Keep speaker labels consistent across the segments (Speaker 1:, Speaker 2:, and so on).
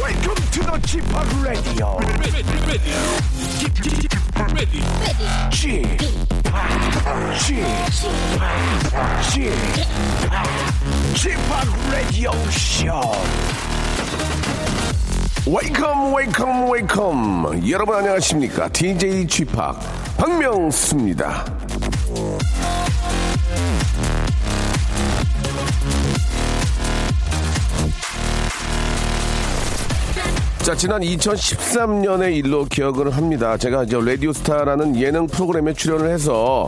Speaker 1: Welcome to the g p o p Radio. g p g p g p Radio Show. Welcome, welcome, welcome. 여러분 안녕하십니까? DJ g p o p 박명수입니다. 자, 지난 2013년의 일로 기억을 합니다. 제가 이제 라디오스타라는 예능 프로그램에 출연을 해서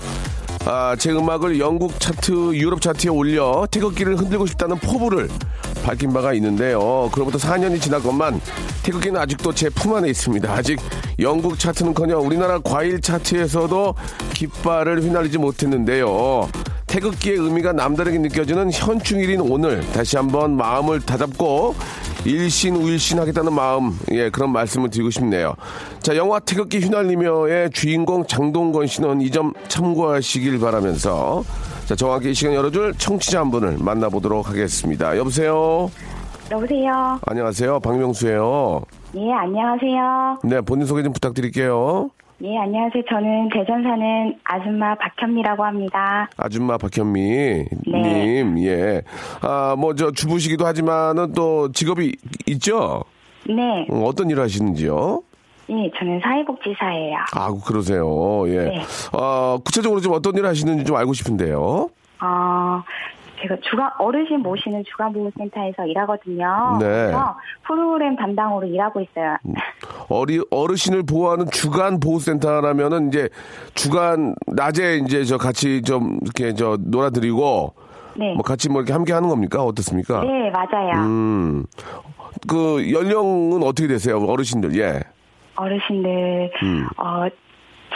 Speaker 1: 아, 제 음악을 영국 차트, 유럽 차트에 올려 태극기를 흔들고 싶다는 포부를 밝힌 바가 있는데요. 그로부터 4년이 지났건만 태극기는 아직도 제 품 안에 있습니다. 아직 영국 차트는커녕 우리나라 과일 차트에서도 깃발을 휘날리지 못했는데요. 태극기의 의미가 남다르게 느껴지는 현충일인 오늘 다시 한번 마음을 다잡고 일신 우일신 하겠다는 마음 예 그런 말씀을 드리고 싶네요. 자 영화 태극기 휘날리며의 주인공 장동건 씨는 이 점 참고하시길 바라면서 자 정확히 이 시간 열어줄 청취자 한 분을 만나보도록 하겠습니다. 여보세요.
Speaker 2: 여보세요.
Speaker 1: 안녕하세요. 박명수예요.
Speaker 2: 예, 안녕하세요.
Speaker 1: 네 본인 소개 좀 부탁드릴게요.
Speaker 2: 예, 안녕하세요. 저는 대전 사는 아줌마 박현미라고 합니다.
Speaker 1: 아줌마 박현미
Speaker 2: 네.
Speaker 1: 님, 예. 아, 뭐, 저, 주부시기도 하지만은 또 직업이 있죠?
Speaker 2: 네,
Speaker 1: 음, 어떤 일을 하시는지요?
Speaker 2: 예, 저는 사회복지사예요.
Speaker 1: 아, 그러세요. 예.
Speaker 2: 네.
Speaker 1: 어, 구체적으로 좀 어떤 일을 하시는지 좀 알고 싶은데요.
Speaker 2: 어, 제가 주간 어르신 모시는 주간보호센터에서 일하거든요.
Speaker 1: 네. 음,
Speaker 2: 그래서 프로그램 담당으로 일하고 있어요.
Speaker 1: 아. 어리, 어르신을 보호하는 주간 보호센터라면은 이제 주간, 낮에 이제 저 같이 좀 이렇게 저 놀아드리고
Speaker 2: 네,
Speaker 1: 뭐 같이 뭐 이렇게 함께 하는 겁니까? 어떻습니까?
Speaker 2: 네, 맞아요.
Speaker 1: 음. 그 연령은 어떻게 되세요? 어르신들, 예.
Speaker 2: 어르신들
Speaker 1: 음.
Speaker 2: 어,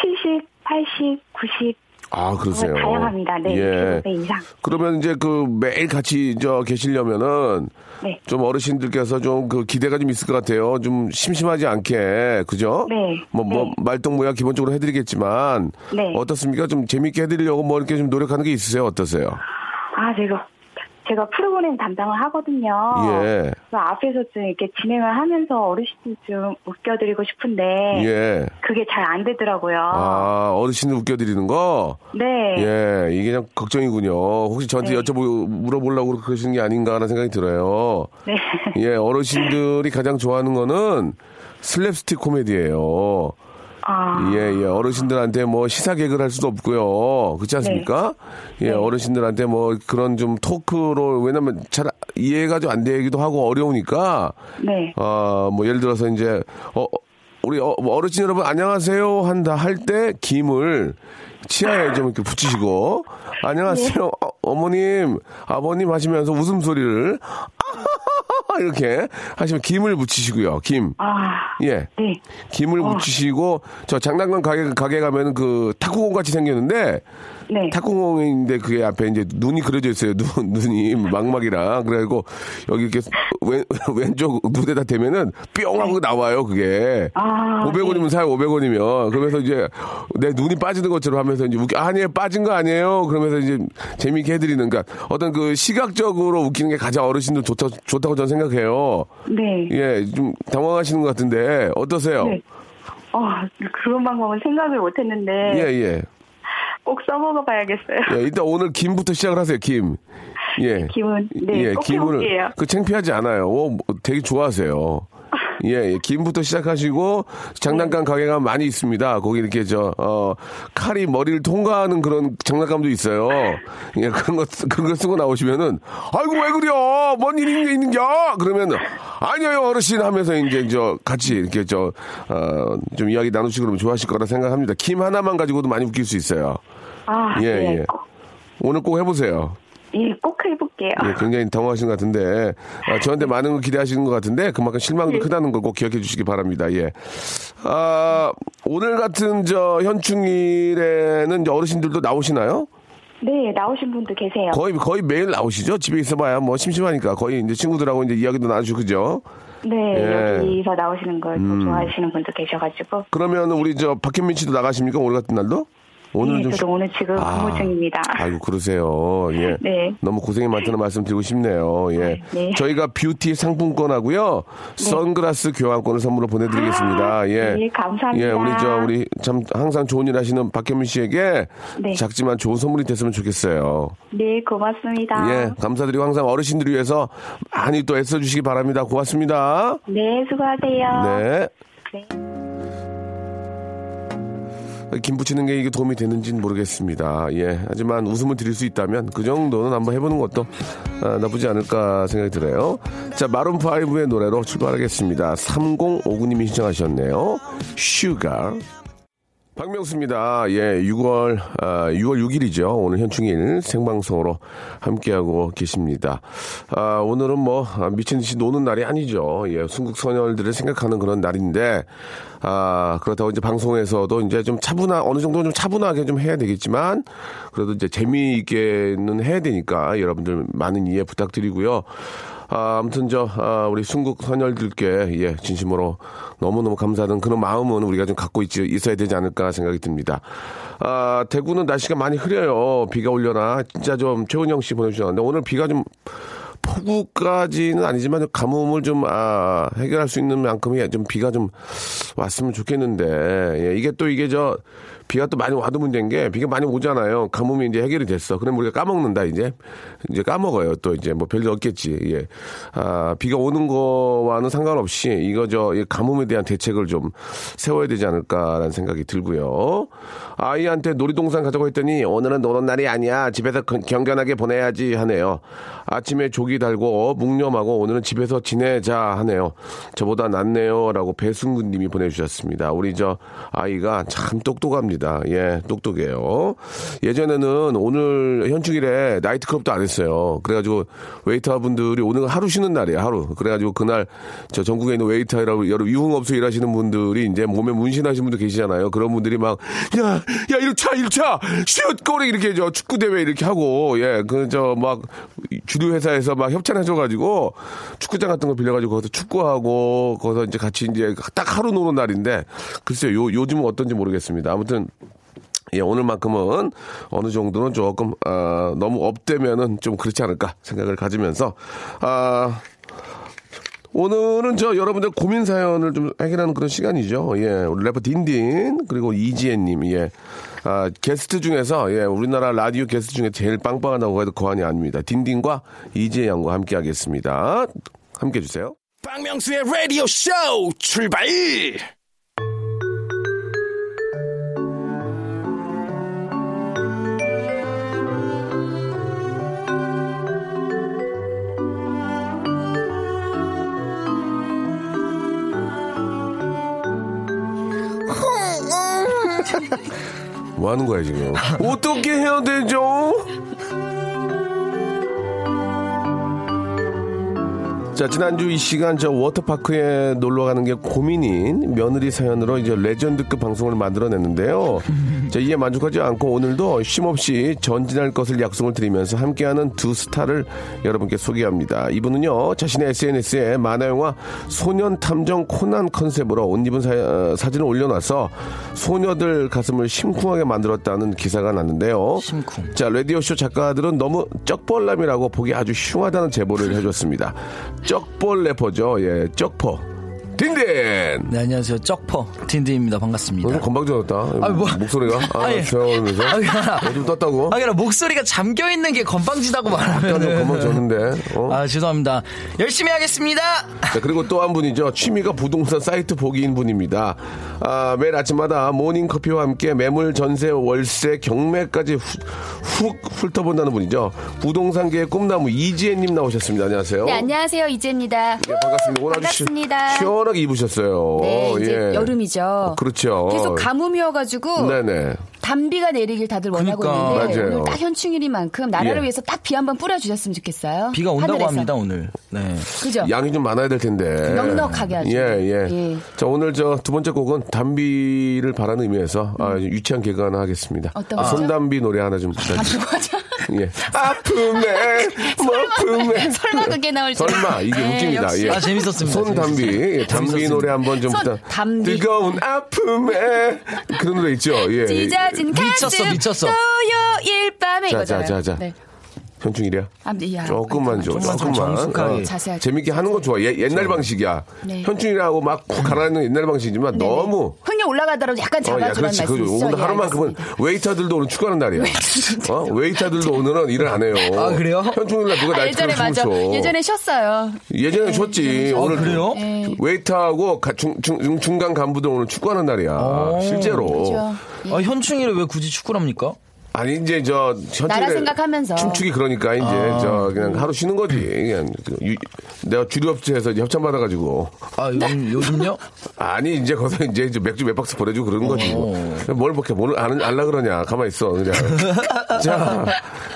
Speaker 2: 70, 80, 90
Speaker 1: 아, 그러세요.
Speaker 2: 정말 다양합니다. 네,
Speaker 1: 예.
Speaker 2: 60대 이상.
Speaker 1: 그러면 이제 그 매일 같이 저 계시려면은
Speaker 2: 네.
Speaker 1: 좀 어르신들께서 좀 그 기대가 좀 있을 것 같아요. 좀 심심하지 않게 그죠?
Speaker 2: 네.
Speaker 1: 뭐, 뭐
Speaker 2: 네.
Speaker 1: 말동무야 기본적으로 해드리겠지만
Speaker 2: 네.
Speaker 1: 어떻습니까? 좀 재밌게 해드리려고 뭐 이렇게 좀 노력하는 게 있으세요? 어떠세요?
Speaker 2: 아, 제가 제가 프로그램 담당을 하거든요.
Speaker 1: 예.
Speaker 2: 그래서 앞에서 좀 이렇게 진행을 하면서 어르신들 좀 웃겨드리고 싶은데
Speaker 1: 예.
Speaker 2: 그게 잘 안 되더라고요.
Speaker 1: 아 어르신을 웃겨드리는 거.
Speaker 2: 네.
Speaker 1: 예, 이게 그냥 걱정이군요. 혹시 저한테
Speaker 2: 네.
Speaker 1: 여쭤보 물어보려고 그러시는 게 아닌가 하는 생각이 들어요.
Speaker 2: 네.
Speaker 1: 예, 어르신들이 가장 좋아하는 거는 슬랩스틱 코미디예요.
Speaker 2: 아,
Speaker 1: 예, 예. 어르신들한테 뭐 시사 개그를 할 수도 없고요. 그렇지 않습니까? 예, 어르신들한테 뭐 그런 좀 토크로 왜냐면 잘 이해가 좀 안 되기도 하고 어려우니까
Speaker 2: 네.
Speaker 1: 아, 뭐 예를 들어서 이제 어 우리 어, 뭐 어르신 여러분 안녕하세요 한다 할 때 김을 치아에 좀 이렇게 붙이시고 안녕하세요 어, 머님 아버님 하시면서 웃음소리를 이렇게 하시면 김을 붙이시고요 김
Speaker 2: 아,
Speaker 1: 예.
Speaker 2: 네.
Speaker 1: 김을 붙이시고 저 장난감 가게 가게 가면은 그 탁구공 같이 생겼는데
Speaker 2: 네.
Speaker 1: 탁구공인데 그게 앞에 이제 눈이 그려져 있어요. 눈 눈이 망막이랑 그래가지고 여기 이렇게 왼, 왼쪽 눈에다 대면은 뿅 하고 나와요 그게.
Speaker 2: 네. 아,
Speaker 1: 500원이면 사요 500원이면 그러면서 이제 내 눈이 빠지는 것처럼 하면서 이제 웃기 아니에요 빠진 거 아니에요 그러면서 이제 재미있게 해드리는 그러니까 어떤 그 시각적으로 웃기는 게 가장 어르신들 좋다 좋다고 저는 생각해요.
Speaker 2: 네.
Speaker 1: 예, 좀 당황하시는 것 같은데 어떠세요?
Speaker 2: 네. 어, 그런 방법은 생각을 못 했는데
Speaker 1: 예, 예.
Speaker 2: 꼭 써먹어 봐야겠어요.
Speaker 1: 예, 일단 오늘 김부터 시작을 하세요, 김. 예.
Speaker 2: 김은, 네, 꼭 해볼게요.
Speaker 1: 그 창피하지 않아요. 오, 뭐, 되게 좋아하세요. 예, 예, 김부터 시작하시고 장난감
Speaker 2: 네.
Speaker 1: 가게가 많이 있습니다. 거기 이렇게 저 어, 칼이 머리를 통과하는 그런 장난감도 있어요. 예, 그런 거 쓰- 그런 거 쓰고 나오시면은 아이고 왜 그래요? 뭔 일이 있는 겨? 그러면 아니에요 어르신 하면서 이제 저 같이 이렇게 저 어, 좀 이야기 나누시고 그러면 좋아하실 거라 생각합니다. 김 하나만 가지고도 많이 웃길 수 있어요.
Speaker 2: 아,
Speaker 1: 예,
Speaker 2: 네.
Speaker 1: 예.
Speaker 2: 꼭,
Speaker 1: 오늘 꼭 해보세요.
Speaker 2: 예, 꼭 해볼게요.
Speaker 1: 예, 굉장히 당황하신 것 같은데 아,
Speaker 2: 네.
Speaker 1: 저한테 많은 걸 기대하시는 것 같은데 그만큼 실망도 크다는 걸 꼭 기억해 주시기 바랍니다. 예. 아, 오늘 같은 저 현충일에는 이제 어르신들도 나오시나요?
Speaker 2: 네, 나오신 분도 계세요.
Speaker 1: 거의 거의 매일 나오시죠? 집에 있어봐야 뭐 심심하니까 거의 이제 친구들하고 이제 이야기도 나누시고 그죠?
Speaker 2: 네,
Speaker 1: 예. 음.
Speaker 2: 여기서 나오시는 걸또 좋아하시는 분도 계셔가지고.
Speaker 1: 그러면 우리 저 박현민 씨도 나가십니까 오늘 같은 날도? 오늘은
Speaker 2: 예,
Speaker 1: 좀
Speaker 2: 저도
Speaker 1: 쉬- 아.
Speaker 2: 오늘 지금 근무 중입니다.
Speaker 1: 아이고 그러세요. 예.
Speaker 2: 네.
Speaker 1: 너무 고생이 많다는 말씀 드리고 싶네요. 예.
Speaker 2: 네.
Speaker 1: 저희가 뷰티 상품권하고요. 선글라스 교환권을 선물로 보내 드리겠습니다.
Speaker 2: 아,
Speaker 1: 예.
Speaker 2: 네, 감사합니다.
Speaker 1: 예, 우리 저 우리 참 항상 좋은 일 하시는 박현민 씨에게
Speaker 2: 네.
Speaker 1: 작지만 좋은 선물이 됐으면 좋겠어요.
Speaker 2: 네, 고맙습니다.
Speaker 1: 예. 감사드리고 항상 어르신들 위해서 많이 또 애써 주시기 바랍니다. 고맙습니다.
Speaker 2: 네, 수고하세요.
Speaker 1: 네.
Speaker 2: 네.
Speaker 1: 김 붙이는 게 이게 도움이 되는지는 모르겠습니다. 예. 하지만 웃음을 드릴 수 있다면 그 정도는 한번 해보는 것도 아, 나쁘지 않을까 생각이 들어요. 자, 마룬5의 노래로 출발하겠습니다. 3059님이 신청하셨네요. 슈가. 박명수입니다. 예, 6월, 아, 6월 6일이죠. 오늘 현충일 생방송으로 함께하고 계십니다. 아, 오늘은 뭐, 아, 미친 듯이 노는 날이 아니죠. 예, 순국선열들을 생각하는 그런 날인데, 아, 그렇다고 이제 방송에서도 이제 좀 차분한, 어느 정도 좀 차분하게 좀 해야 되겠지만, 그래도 이제 재미있게는 해야 되니까 여러분들 많은 이해 부탁드리고요. 아, 아무튼 저 아, 우리 순국 선열들께 예, 진심으로 너무너무 감사하는 그런 마음은 우리가 좀 갖고 있지, 있어야 되지 않을까 생각이 듭니다. 아, 대구는 날씨가 많이 흐려요. 비가 올려나 진짜 좀 최은영 씨 보내주셨는데 오늘 비가 좀 폭우까지는 아니지만 가뭄을 좀 아, 해결할 수 있는 만큼의 좀 비가 좀 왔으면 좋겠는데 예, 이게 또 이게 저 비가 또 많이 와도 문제인 게 비가 많이 오잖아요. 가뭄이 이제 해결이 됐어. 그럼 우리가 까먹는다 이제 이제 까먹어요. 또 이제 뭐 별일 없겠지. 예. 아 비가 오는 거와는 상관없이 이거 저이 가뭄에 대한 대책을 좀 세워야 되지 않을까라는 생각이 들고요. 아이한테 놀이동산 가자고 했더니 오늘은 노는 날이 아니야. 집에서 건- 경건하게 보내야지 하네요. 아침에 조기 달고 묵념하고 오늘은 집에서 지내자 하네요. 저보다 낫네요라고 배승근 님이 보내주셨습니다. 우리 저 아이가 참 똑똑합니다. 예, 똑똑해요. 예전에는 오늘 현충일에 나이트클럽도 안 했어요. 그래가지고 웨이터 분들이 오늘 하루 쉬는 날이에요. 하루. 그래가지고 그날 저 전국에 있는 웨이터라고 여러 유흥업소 일하시는 분들이 이제 몸에 문신하신 분들 계시잖아요. 그런 분들이 막 야, 야, 이리 차, 이리 차, 슛, 꼬리 이렇게 저 축구 대회 이렇게 하고 예, 그 저 막 주류 회사에서 막 협찬해줘가지고 축구장 같은 거 빌려가지고 거기서 축구하고 거기서 이제 같이 이제 딱 하루 노는 날인데 글쎄요, 요 요즘은 어떤지 모르겠습니다. 아무튼 예, 오늘만큼은 어느 정도는 조금 아, 너무 업되면은 좀 그렇지 않을까 생각을 가지면서 아, 오늘은 저 여러분들 고민 사연을 좀 해결하는 그런 시간이죠. 예, 우리 래퍼 딘딘 그리고 이지혜님 예. 아, 게스트 중에서 예, 우리나라 라디오 게스트 중에 제일 빵빵하다고 해도 과언이 아닙니다. 딘딘과 이지혜 양과 함께하겠습니다. 함께 해주세요.
Speaker 3: 박명수의 라디오 쇼 출발!
Speaker 1: 뭐 하는 거야 지금? 어떻게 해야 되죠? 자 지난주 이 시간 저 워터파크에 놀러 가는 게 고민인 며느리 사연으로 이제 레전드급 방송을 만들어냈는데요. 자 이에 만족하지 않고 오늘도 쉼없이 전진할 것을 약속을 드리면서 함께하는 두 스타를 여러분께 소개합니다. 이분은요 자신의 SNS에 만화 영화 소년 탐정 코난 컨셉으로 옷 입은 사, 어, 사진을 올려놔서 소녀들 가슴을 심쿵하게 만들었다는 기사가 났는데요.
Speaker 4: 심쿵.
Speaker 1: 자, 라디오쇼 작가들은 너무 쩍벌남이라고 보기 아주 흉하다는 제보를 해줬습니다. 쩍볼 래퍼죠. 예, 쩍퍼. 딘딘!
Speaker 4: 네, 안녕하세요. 쩍퍼 딘딘입니다. 반갑습니다.
Speaker 1: 오늘 건방져졌다.
Speaker 4: 아, 뭐-
Speaker 1: 목소리가. 아,
Speaker 4: 아니.
Speaker 1: 조용하면서.
Speaker 4: 아, 미안하다.
Speaker 1: 어좀 떴다고?
Speaker 4: 아, 그냥 목소리가 잠겨 있는 게 건방지다고 말하면.
Speaker 1: 약간 건방졌는데. 어?
Speaker 4: 아, 죄송합니다. 열심히 하겠습니다.
Speaker 1: 자, 네, 그리고 또 한 분이죠. 취미가 부동산 사이트 보기인 분입니다. 아, 매일 아침마다 모닝 커피와 함께 매물, 전세, 월세, 경매까지 후- 훅 훑어본다는 분이죠. 부동산계의 꿈나무 이지혜님 나오셨습니다. 안녕하세요.
Speaker 5: 네, 안녕하세요. 이지혜입니다.
Speaker 1: 어? 예, 반갑습니다. 오늘 아주 시-
Speaker 5: 반갑습니다.
Speaker 1: 시원하게 입으셨어요.
Speaker 5: 네, 이제
Speaker 1: 예.
Speaker 5: 여름이죠.
Speaker 1: 그렇죠.
Speaker 5: 계속 가뭄이어가지고
Speaker 1: 네네.
Speaker 5: 단비가 내리길 다들 원하고
Speaker 4: 그러니까.
Speaker 5: 있는데
Speaker 1: 맞아요.
Speaker 5: 오늘 딱 현충일이만큼 나라를
Speaker 1: 예.
Speaker 5: 위해서 딱 비 한번 뿌려주셨으면 좋겠어요.
Speaker 4: 비가 온다고
Speaker 5: 하늘에서.
Speaker 4: 합니다, 오늘. 네.
Speaker 5: 그죠?
Speaker 1: 양이 좀 많아야 될 텐데.
Speaker 5: 넉넉하게 아주.
Speaker 1: 예, 예.
Speaker 5: 예.
Speaker 1: 자, 오늘 저 두 번째 곡은 담비를 바라는 의미에서 아, 유치한 개그 하나 하겠습니다.
Speaker 5: 음. 어떤 거죠?
Speaker 1: 손담비 노래 하나 좀
Speaker 5: 아,
Speaker 1: 부탁드립니다. 예. 아픔에, 머픔에.
Speaker 5: 설마 그게 나올 줄.
Speaker 1: 설마, 이게
Speaker 5: 네,
Speaker 1: 웃깁니다.
Speaker 5: 역시.
Speaker 1: 예.
Speaker 4: 아, 재밌었습니다.
Speaker 1: 손담비. 예, 담비
Speaker 4: 재밌었습니다.
Speaker 1: 노래 한번 좀 부탁.
Speaker 5: 손담비.
Speaker 1: 뜨거운 아픔에. 그런 노래 있죠? 예.
Speaker 5: 찢어진
Speaker 4: 미쳤어,
Speaker 5: 가슴
Speaker 4: 미쳤어.
Speaker 5: 토요일 밤에
Speaker 1: 자,
Speaker 5: 이거잖아요.
Speaker 1: 자, 자, 자.
Speaker 5: 네.
Speaker 1: 현충일이야?
Speaker 5: 아, 근데 야,
Speaker 1: 조금만 줘,
Speaker 4: 조금만 좀 정숙하게.
Speaker 1: 어,
Speaker 5: 자세하게.
Speaker 1: 재밌게 하는 거 좋아. 옛, 옛날 방식이야.
Speaker 5: 네.
Speaker 1: 현충일하고 막 푹 가라앉는 옛날 방식이지만
Speaker 5: 네네.
Speaker 1: 너무.
Speaker 5: 흥이 올라가더라도 약간
Speaker 1: 어,
Speaker 5: 잡아주라는
Speaker 1: 야, 그렇지. 그
Speaker 5: 말씀이시죠?
Speaker 1: 오늘
Speaker 5: 예,
Speaker 1: 하루만큼은
Speaker 5: 알겠습니다.
Speaker 1: 웨이터들도 오늘 축구하는 날이야.
Speaker 5: 웨이터들도.
Speaker 1: 어? 웨이터들도 오늘은 일을 안 해요.
Speaker 4: 아, 그래요?
Speaker 1: 현충일날 누가
Speaker 5: 아,
Speaker 1: 날
Speaker 5: 예전에
Speaker 1: 춤을
Speaker 5: 맞아.
Speaker 1: 춰.
Speaker 5: 예전에 쉬었어요.
Speaker 1: 네, 예전에 줬지. 아, 오늘
Speaker 4: 그래요?
Speaker 5: 네.
Speaker 1: 웨이터하고 가- 중, 중, 중간 간부들 오늘 축구하는 날이야. 실제로.
Speaker 5: 그죠?
Speaker 4: 아, 현충일에 왜 굳이 축구를 합니까?
Speaker 1: 아니 이제 저 현재
Speaker 5: 나라 생각하면서.
Speaker 1: 춤추기 그러니까 이제 저 그냥 하루 쉬는 거지. 그냥 그 유- 내가 주류업체에서 이제 협찬 받아가지고
Speaker 4: 아,
Speaker 5: 네.
Speaker 4: 요, 즘요
Speaker 1: 아니 이제 거기서 이제 이제 맥주 몇 박스 보내주고 그러는 거지. 뭐. 뭘 그렇게 뭘 안, 알라 그러냐. 가만 히 있어 그냥. 자,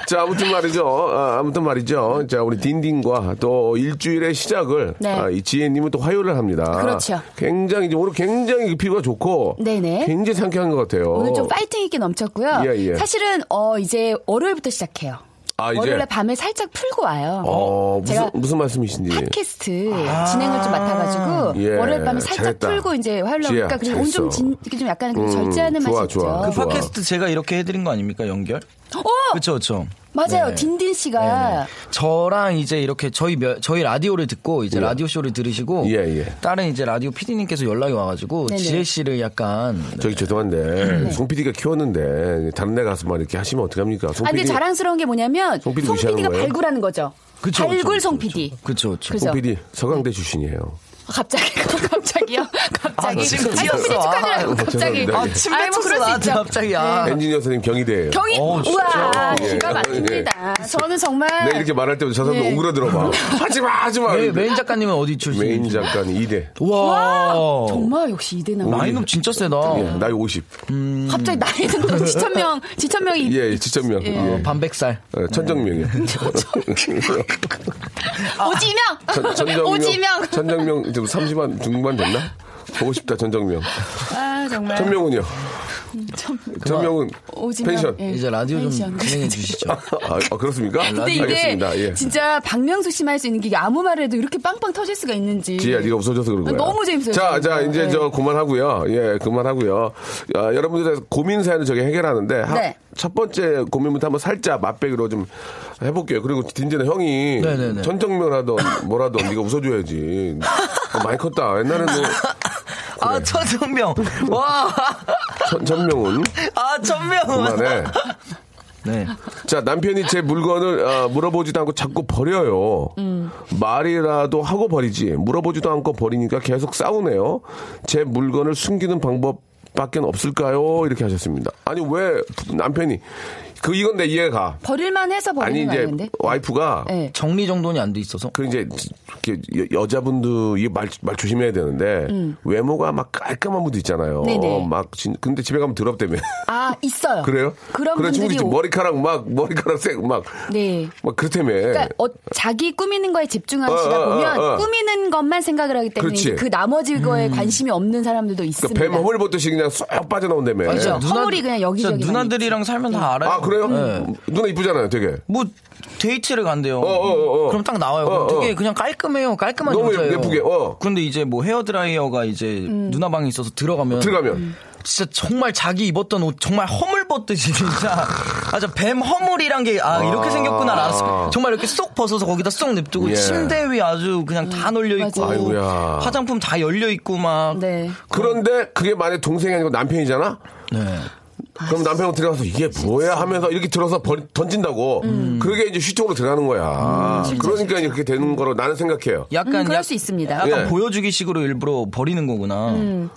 Speaker 1: 자 아무튼 말이죠. 아, 아무튼 말이죠. 자 우리 딘딘과 또 일주일의 시작을
Speaker 5: 네.
Speaker 1: 아, 이 지혜님은 또 화요일을 합니다.
Speaker 5: 그렇죠.
Speaker 1: 굉장히 이제 오늘 굉장히 피부가 좋고
Speaker 5: 네네.
Speaker 1: 굉장히 상쾌한 것 같아요.
Speaker 5: 오늘 좀 파이팅 있게 넘쳤고요.
Speaker 1: 어. 예, 예.
Speaker 5: 사실은 어 이제 월요일부터 시작해요.
Speaker 1: 아, 이제?
Speaker 5: 월요일에 밤에 살짝 풀고 와요.
Speaker 1: 어, 무슨
Speaker 5: 제가
Speaker 1: 무슨 말씀이신지.
Speaker 5: 팟캐스트 진행을 좀 맡아가지고
Speaker 1: 예,
Speaker 5: 월요일 밤에 살짝
Speaker 1: 잘했다.
Speaker 5: 풀고 이제 화요일로
Speaker 1: 지혜야,
Speaker 5: 오니까 그리고
Speaker 1: 잘했어. 음,
Speaker 5: 온좀 진, 이렇게 좀 약간 그 절제하는
Speaker 1: 좋아,
Speaker 5: 맛이
Speaker 1: 좋아.
Speaker 5: 있죠.
Speaker 1: 좋아.
Speaker 4: 팟캐스트 제가 이렇게 해드린 거 아닙니까, 연결?
Speaker 5: 어
Speaker 4: 그 그쵸, 그쵸.
Speaker 5: 맞아요.
Speaker 4: 네.
Speaker 5: 딘딘 씨가
Speaker 4: 저랑 이제 이렇게 저희 며- 저희 라디오를 듣고 이제 라디오 쇼를 들으시고
Speaker 1: 예, 예.
Speaker 4: 다른 이제 라디오 PD님께서 연락이 와가지고
Speaker 5: 네네.
Speaker 4: 지혜 씨를 약간
Speaker 1: 저기
Speaker 5: 네.
Speaker 1: 죄송한데 송 PD가 키웠는데 다른 데 가서 막 이렇게 하시면 어떻게 합니까? 송
Speaker 5: 아, 근데
Speaker 1: PD
Speaker 5: 자랑스러운 게 뭐냐면
Speaker 1: 송
Speaker 5: 송
Speaker 1: PD 무시하는
Speaker 5: PD가
Speaker 1: 거예요?
Speaker 5: 발굴하는 거죠.
Speaker 4: 그쵸,
Speaker 5: 발굴
Speaker 4: 그쵸,
Speaker 5: 송
Speaker 4: 그쵸,
Speaker 5: PD.
Speaker 4: 그쵸, 그쵸.
Speaker 5: 그죠?
Speaker 1: 송 PD 서강대 출신이에요.
Speaker 5: 갑자기 갑자기요. 갑자기.
Speaker 4: 아, 지금
Speaker 5: 아니, 송 PD
Speaker 4: 튀었어.
Speaker 5: 축하드려요. 갑자기.
Speaker 1: 죄송합니다. 아,
Speaker 4: 침뱉었어,
Speaker 5: 아이, 뭐 그럴 수
Speaker 4: 나한테
Speaker 5: 있죠. 예.
Speaker 4: 갑자기. 아.
Speaker 1: 엔지니어 선생님 경희대예요.
Speaker 5: 네. 경이
Speaker 4: 어, 진짜?
Speaker 5: 우와
Speaker 1: 예.
Speaker 5: 기가 막힙니다. 저는 정말
Speaker 1: 네, 이렇게 말할 때마다 저 사람도
Speaker 5: 네.
Speaker 1: 오그라들어 봐. 하지 마, 하지 마.
Speaker 4: 메- 메인 작가님은 어디 출신이죠?
Speaker 1: 네. 메인 작가는 2대. 어.
Speaker 4: 와
Speaker 5: 아, 정말 역시 이대나
Speaker 4: 라인업 진짜 세다.
Speaker 1: 예, 나이 50.
Speaker 5: 갑자기 나이는 또 지천명 지천명이
Speaker 1: 예, 예, 지천명. 예.
Speaker 4: 어, 반백살.
Speaker 1: 어, 천정명이요. 천-
Speaker 5: 오지명
Speaker 1: 천정명.
Speaker 5: 오지명
Speaker 1: 천정명 지금 30만 중반 됐나? 보고 싶다 전정명.
Speaker 5: 아 정말
Speaker 1: 천명은요. 천명은
Speaker 5: 음, 오지명
Speaker 1: 펜션.
Speaker 5: 예.
Speaker 4: 이제 라디오 좀
Speaker 5: 펜션.
Speaker 4: 진행해 주시죠.
Speaker 1: 아, 아, 그렇습니까?
Speaker 5: 근데 이게
Speaker 1: 알겠습니다. 예.
Speaker 5: 진짜 박명수 씨만 할 수 있는 게 이게 아무 말해도 이렇게 빵빵 터질 수가 있는지
Speaker 1: 지혜야, 네가 없어져서 그런 거야.
Speaker 5: 아, 너무 재밌어요,
Speaker 1: 자,
Speaker 5: 저는.
Speaker 1: 자, 이제
Speaker 5: 네.
Speaker 1: 저 그만하고요. 예, 그만하고요. 아, 여러분들의 고민 사연을 저기 해결하는데 하-
Speaker 5: 네.
Speaker 1: 첫 번째 고민부터 한번 살짝 맛배기로 좀 해볼게요. 그리고 딘제는 형이
Speaker 4: 네, 네, 네.
Speaker 1: 전정면하던 뭐라도 네가 웃어줘야지. 어, 많이 컸다. 옛날에는
Speaker 4: 아 천명. 와.
Speaker 1: 천, 천명은
Speaker 4: 아 천명.
Speaker 1: 그만해.
Speaker 5: 어,
Speaker 4: 네.
Speaker 1: 자, 남편이 제 물건을 아, 물어보지도 않고 자꾸 버려요. 말이라도 하고 버리지. 물어보지도 않고 버리니까 계속 싸우네요. 제 물건을 숨기는 방법 밖엔 없을까요? 이렇게 하셨습니다. 아니 왜 부- 남편이 그 이건 내 이해가.
Speaker 5: 버릴만 해서
Speaker 1: 아니
Speaker 5: 버리는 거
Speaker 1: 이제
Speaker 5: 아닌데
Speaker 1: 와이프가
Speaker 5: 네.
Speaker 4: 정리 정돈이 안 돼 있어서.
Speaker 1: 그 이제 이렇게 여- 여자분도 이말말 조심해야 되는데 외모가 막 깔끔한 분도 있잖아요.
Speaker 5: 음. 네네.
Speaker 1: 막 진- 근데 집에 가면 더럽다며.
Speaker 5: 아 있어요
Speaker 1: 그래요?
Speaker 5: 그런
Speaker 1: 그런 친구들
Speaker 5: 분들이
Speaker 1: 있지.
Speaker 5: 오-
Speaker 1: 머리카락 막 머리카락 색막
Speaker 5: 네.
Speaker 1: 막 그렇다며.
Speaker 5: 그러니까 어, 자기 꾸미는 거에 집중하시다
Speaker 1: 어, 어,
Speaker 5: 보면
Speaker 1: 어, 어.
Speaker 5: 꾸미는 것만 생각을 하기 때문에
Speaker 1: 그렇지. 음.
Speaker 5: 이제 그 나머지 거에 관심이 없는 사람들도 있습니다.
Speaker 1: 그러니까 뱀 허물 보듯이 그냥 쏙 빠져나온다며.
Speaker 5: 그죠?
Speaker 4: 진짜
Speaker 5: 허물이 그냥 여기저기
Speaker 4: 진짜
Speaker 5: 많이
Speaker 4: 누나들이랑 살면 다 알아요.
Speaker 1: 네. 아
Speaker 5: 음.
Speaker 1: 그래요?
Speaker 4: 네.
Speaker 1: 누나 이쁘잖아요, 되게.
Speaker 4: 뭐 데이트를 간대요.
Speaker 1: 어, 어, 어.
Speaker 4: 그럼 딱 나와요. 그럼
Speaker 1: 어,
Speaker 4: 되게
Speaker 1: 어.
Speaker 4: 그냥 깔끔해요. 깔끔한
Speaker 1: 너무
Speaker 4: 여자예요.
Speaker 1: 예쁘게, 어.
Speaker 5: 음.
Speaker 4: 근데 이제 뭐 헤어 드라이어가 이제 누나 방에 있어서 들어가면
Speaker 1: 들어가면
Speaker 4: 진짜 정말 자기 입었던 옷 정말 허물 벗듯이 진짜 아저 뱀 허물이란 게 아 이렇게 생겼구나 알았어 정말 이렇게 쏙 벗어서 거기다 쏙 냅두고
Speaker 1: 예.
Speaker 4: 침대 위에 아주 그냥 다 널려 있고
Speaker 5: 음, 맞아요.
Speaker 1: 아이고야.
Speaker 4: 화장품 다 열려 있고 막
Speaker 5: 네.
Speaker 1: 그런데 그게 만약 동생이 아니고 남편이잖아?
Speaker 4: 네.
Speaker 1: 그럼 남편은 들어가서 이게 뭐야 하면서 이렇게 들어서 버- 던진다고.
Speaker 5: 음.
Speaker 1: 그게 이제 시적으로 들어가는 거야. 그러니까 이렇게 되는 거로 나는 생각해요.
Speaker 5: 음,
Speaker 4: 약간
Speaker 5: 그럴
Speaker 4: 약-
Speaker 5: 수 있습니다. 음.
Speaker 4: 약간
Speaker 1: 예.
Speaker 4: 보여주기식으로 일부러 버리는 거구나.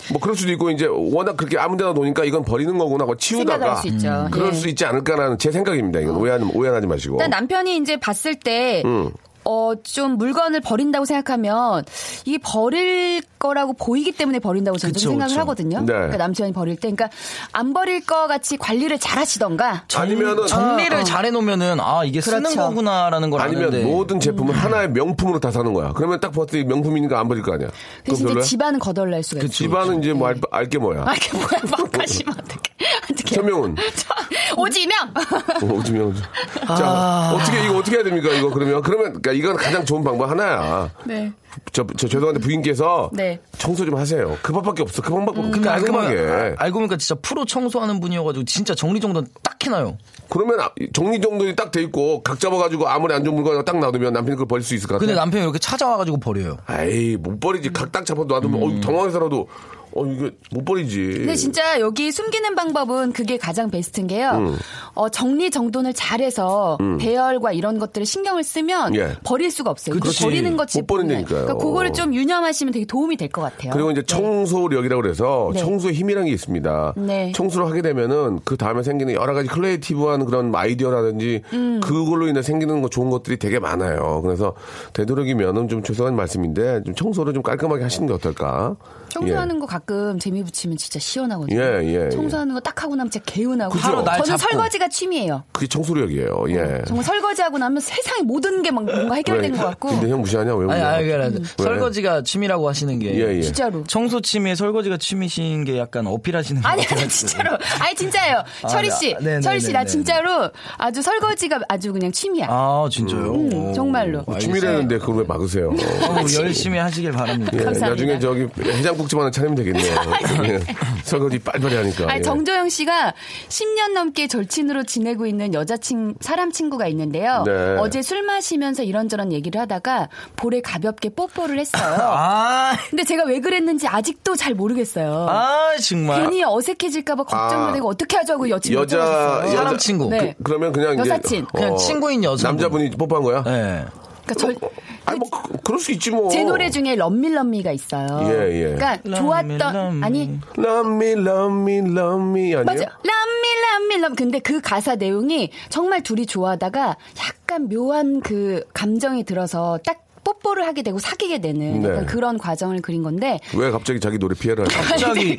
Speaker 1: 뭐 그럴 수도 있고 이제 워낙 그렇게 아무 데나 놓으니까 이건 버리는 거구나 하고 치우다가 음,
Speaker 5: 생각할 수 있죠. 아. 예.
Speaker 1: 그럴 수 있지 않을까라는 제 생각입니다. 이건 오해하지, 오해하지 마시고. 음.
Speaker 5: 일단 남편이 이제 봤을 때, 어, 좀 물건을 버린다고 생각하면, 이게 버릴 거라고 보이기 때문에 버린다고 저는 좀
Speaker 4: 그쵸,
Speaker 5: 생각을
Speaker 4: 그쵸.
Speaker 5: 하거든요.
Speaker 1: 네.
Speaker 5: 그러니까 남편이 버릴 때. 그러니까 안 버릴 거 같이 관리를 잘 하시던가.
Speaker 1: 아니면은
Speaker 4: 정리를
Speaker 5: 어, 어.
Speaker 4: 잘 해놓으면은 아 이게 쓰는
Speaker 5: 그렇죠.
Speaker 4: 거구나라는 걸
Speaker 1: 아니면 뭐
Speaker 4: 아는데
Speaker 1: 모든 제품을
Speaker 5: 음.
Speaker 1: 하나의 명품으로 다 사는 거야. 그러면 딱 봤더니 명품이니까 안 버릴 거 아니야. 그럼
Speaker 5: 대신 이제
Speaker 1: 별로야? 그
Speaker 5: 집안은 거덜날 수가 있죠.
Speaker 1: 집안은 이제 뭐 알 게 뭐야.
Speaker 5: 아, 이게 뭐야, 막하시면 어떡해. 어떡해.
Speaker 1: 서명훈.
Speaker 5: 저- 오지명!
Speaker 1: 오지명.
Speaker 5: 아.
Speaker 1: 자, 어떻게, 이거 어떻게 해야 됩니까, 이거 그러면? 그러면, 그러니까 이건 가장 좋은 방법 하나야.
Speaker 5: 네.
Speaker 1: 저, 저 죄송한데 부인께서
Speaker 5: 네. 음,
Speaker 1: 청소 좀 하세요. 그 밥밖에 없어. 그 밥밖에 없어.
Speaker 4: 근데 알고 보면
Speaker 1: 깔끔하게.
Speaker 5: 뭐,
Speaker 4: 아, 알고 보니까 진짜 프로 청소하는 분이어가지고 진짜 정리정돈 딱 해놔요.
Speaker 1: 그러면 아- 정리정돈이 딱 돼 있고 각 잡아가지고 아무리 안 좋은 물건 딱 놔두면 남편이 그걸 버릴 수 있을 것 같아.
Speaker 4: 근데 남편이 이렇게 찾아와가지고 버려요.
Speaker 1: 에이, 못 버리지. 각 딱 잡아 놔두면, 어, 당황해서라도, 어, 이거 못 버리지.
Speaker 5: 음. 근데 진짜 여기 숨기는 방법은 그게 가장 베스트인 게요.
Speaker 1: 음.
Speaker 5: 어, 정리 정돈을 잘해서 배열과 이런 것들을 신경을 쓰면
Speaker 1: 예.
Speaker 5: 버릴 수가 없어요.
Speaker 4: 그치.
Speaker 5: 그거 버리는 것이
Speaker 1: 못 버린다니까요.
Speaker 5: 그러니까 그거를 좀 유념하시면 되게 도움이 될 것 같아요.
Speaker 1: 그리고 이제 청소력이라고 그래서
Speaker 5: 네.
Speaker 1: 청소의 힘이라는 게 있습니다.
Speaker 5: 네.
Speaker 1: 청소를 하게 되면은 그 다음에 생기는 여러 가지 클리에이티브한 그런 아이디어라든지
Speaker 5: 음.
Speaker 1: 그걸로 인해 생기는 거 좋은 것들이 되게 많아요. 그래서 되도록이면은 좀 죄송한 말씀인데 좀 청소를 좀 깔끔하게 하시는 게 어떨까?
Speaker 5: 청소하는 거 가끔 재미 붙이면 진짜 시원하거든요.
Speaker 1: 예, 예, 예.
Speaker 5: 청소하는 거 딱 하고 나면 진짜 개운하고.
Speaker 4: 그죠. 하루 날 잡고.
Speaker 5: 저는 설거지가 취미예요.
Speaker 1: 예. 그게 청소력이에요. 예.
Speaker 5: 어, 정말 설거지하고 나면 세상의 모든 게 막 뭔가 해결된 것 같고.
Speaker 1: 그러니까. 근데 형 무시하냐? 왜
Speaker 4: 아니,
Speaker 1: 무시하냐?
Speaker 4: 아니, 아니, 아니. 설거지가 취미라고 하시는 게
Speaker 1: 음. 예, 예.
Speaker 5: 진짜로.
Speaker 4: 청소 취미에 설거지가 취미신 게 약간 어필하시는
Speaker 5: 아니,
Speaker 4: 것
Speaker 5: 아니,
Speaker 4: 같아요.
Speaker 5: 진짜로. 아니, 진짜예요.
Speaker 4: 아,
Speaker 5: 철희
Speaker 4: 네,
Speaker 5: 씨.
Speaker 4: 아, 네,
Speaker 5: 철희
Speaker 4: 네,
Speaker 5: 씨,
Speaker 4: 네,
Speaker 5: 나
Speaker 4: 네,
Speaker 5: 진짜로 아주 설거지가 아주 그냥 취미야.
Speaker 4: 아 진짜요?
Speaker 5: 음,
Speaker 1: 아,
Speaker 5: 정말로.
Speaker 4: 오,
Speaker 1: 취미라는데 그걸 왜 막으세요?
Speaker 4: 아유, 열심히 하시길 바랍니다.
Speaker 1: 예,
Speaker 5: 어, 예. 감사합니다. 아,
Speaker 1: 나중에 저기 해장국집 하나 차리면 되겠네요. 예. 설거지 빨리빨리 하니까.
Speaker 5: 아니,
Speaker 1: 예.
Speaker 5: 정조영 씨가 10년 넘게 절친으로 지내고 있는 여자친 사람 친구가 있는데요.
Speaker 1: 네.
Speaker 5: 어제 술 마시면서 이런저런 얘기를 하다가 볼에 가볍게 뽀뽀를 했어요.
Speaker 4: 아,
Speaker 5: 근데 제가 왜 그랬는지 아직도 잘 모르겠어요.
Speaker 4: 아 정말.
Speaker 5: 괜히 어색해질까봐 걱정도
Speaker 1: 아.
Speaker 5: 되고 어떻게 하죠 하고 여친
Speaker 1: 여자-
Speaker 5: 여쭤봤어요.
Speaker 4: 사람
Speaker 1: 여자-
Speaker 4: 친구.
Speaker 5: 네.
Speaker 1: 그, 러면 그냥
Speaker 5: 여사친.
Speaker 1: 이제
Speaker 4: 그냥 친구인 여성분.
Speaker 1: 남자분이 뽀뽀한 거야?
Speaker 4: 그- 예.
Speaker 5: 그러니까 절-
Speaker 1: 아니 뭐 그- 그럴 수 있지 뭐.
Speaker 5: 제 노래 중에 럼밀럼미가 있어요.
Speaker 1: 예, 예.
Speaker 5: 그러니까 좋았던
Speaker 4: 럼밀럼미.
Speaker 5: 아니
Speaker 1: Love me, love me, love me 아니에요?
Speaker 5: 맞아. 람밀람밀람. 근데 그 가사 내용이 정말 둘이 좋아하다가 약간 묘한 그 감정이 들어서 딱 뽀뽀를 하게 되고 사귀게 되는
Speaker 1: 네.
Speaker 5: 약간 그런 과정을 그린 건데.
Speaker 1: 왜 갑자기 자기 노래 피해를 하냐?
Speaker 4: 갑자기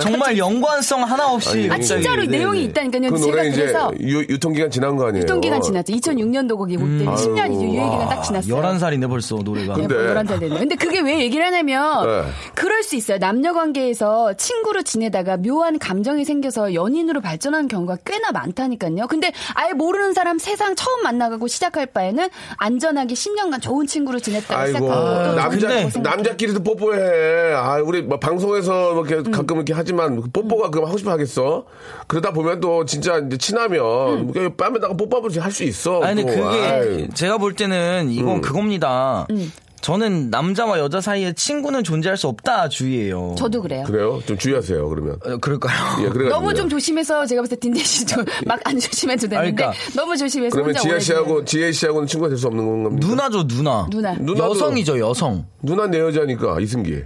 Speaker 4: 정말 연관성 하나 없이.
Speaker 1: 아,
Speaker 5: 그러니까. 아, 진짜로
Speaker 4: 갑자기, 네,
Speaker 5: 내용이
Speaker 4: 네.
Speaker 5: 있다니까요.
Speaker 1: 그
Speaker 5: 제가
Speaker 1: 노래 이제 어.
Speaker 5: 그래서
Speaker 1: 유, 유통기간 지난 거 아니에요?
Speaker 5: 유통기간 지났죠. 2006년도 곡이 곡들이 10년이 유예기간
Speaker 1: 아.
Speaker 5: 딱 지났어요.
Speaker 4: 11살이네 아, 벌써 노래가.
Speaker 1: 근데-
Speaker 5: 11살 됐네. 근데 예, 그게 왜 얘기를 하냐면,
Speaker 1: 네.
Speaker 5: 그럴 수 있어요. 남녀 관계에서 친구로 지내다가 묘한 감정이 생겨서 연인으로 발전하는 경우가 꽤나 많다니까요. 근데 아예 모르는 사람 세상 처음 만나가고 시작할 바에는 안전하게 10년간 좋은 친구로 지냈다가
Speaker 1: 아이고
Speaker 5: 시작하고. 또
Speaker 1: 남자
Speaker 4: 근데-
Speaker 1: 남자끼리도 뽀뽀해. 아 우리 뭐 방송에서 뭐
Speaker 5: 음.
Speaker 1: 이렇게 가끔 이렇게 하지만 뽀뽀가 그럼 하고 싶어 하겠어? 그러다 보면 또 진짜 이제 친하면
Speaker 5: 음.
Speaker 1: 그냥 뺨에다가 뽀뽀하듯이 할 수 있어.
Speaker 4: 아니 근데
Speaker 1: 또. 음.
Speaker 4: 그게
Speaker 1: 아이.
Speaker 4: 제가 볼 때는 이건 그겁니다.
Speaker 5: 음.
Speaker 4: 저는 남자와 여자 사이에 친구는 존재할 수 없다 주의예요.
Speaker 5: 저도 그래요.
Speaker 1: 그래요? 좀 주의하세요 그러면.
Speaker 4: 어, 그럴까요?
Speaker 1: 예, 그래가지고요.
Speaker 5: 너무 좀 조심해서 제가 봤을 때 딘딘 씨좀 막 안 조심해도 되는데
Speaker 4: 그러니까.
Speaker 5: 너무
Speaker 1: 아,
Speaker 5: 조심해서
Speaker 1: 예. 그러면
Speaker 5: 혼자
Speaker 1: 지혜
Speaker 5: 오래
Speaker 1: 씨하고
Speaker 5: 지내면.
Speaker 1: 지혜 씨하고는 친구가 될 수 없는 건가요?
Speaker 4: 누나죠 누나.
Speaker 5: 누나.
Speaker 1: 누나도-
Speaker 4: 여성이죠 여성.
Speaker 1: 누나 내 여자니까 이승기.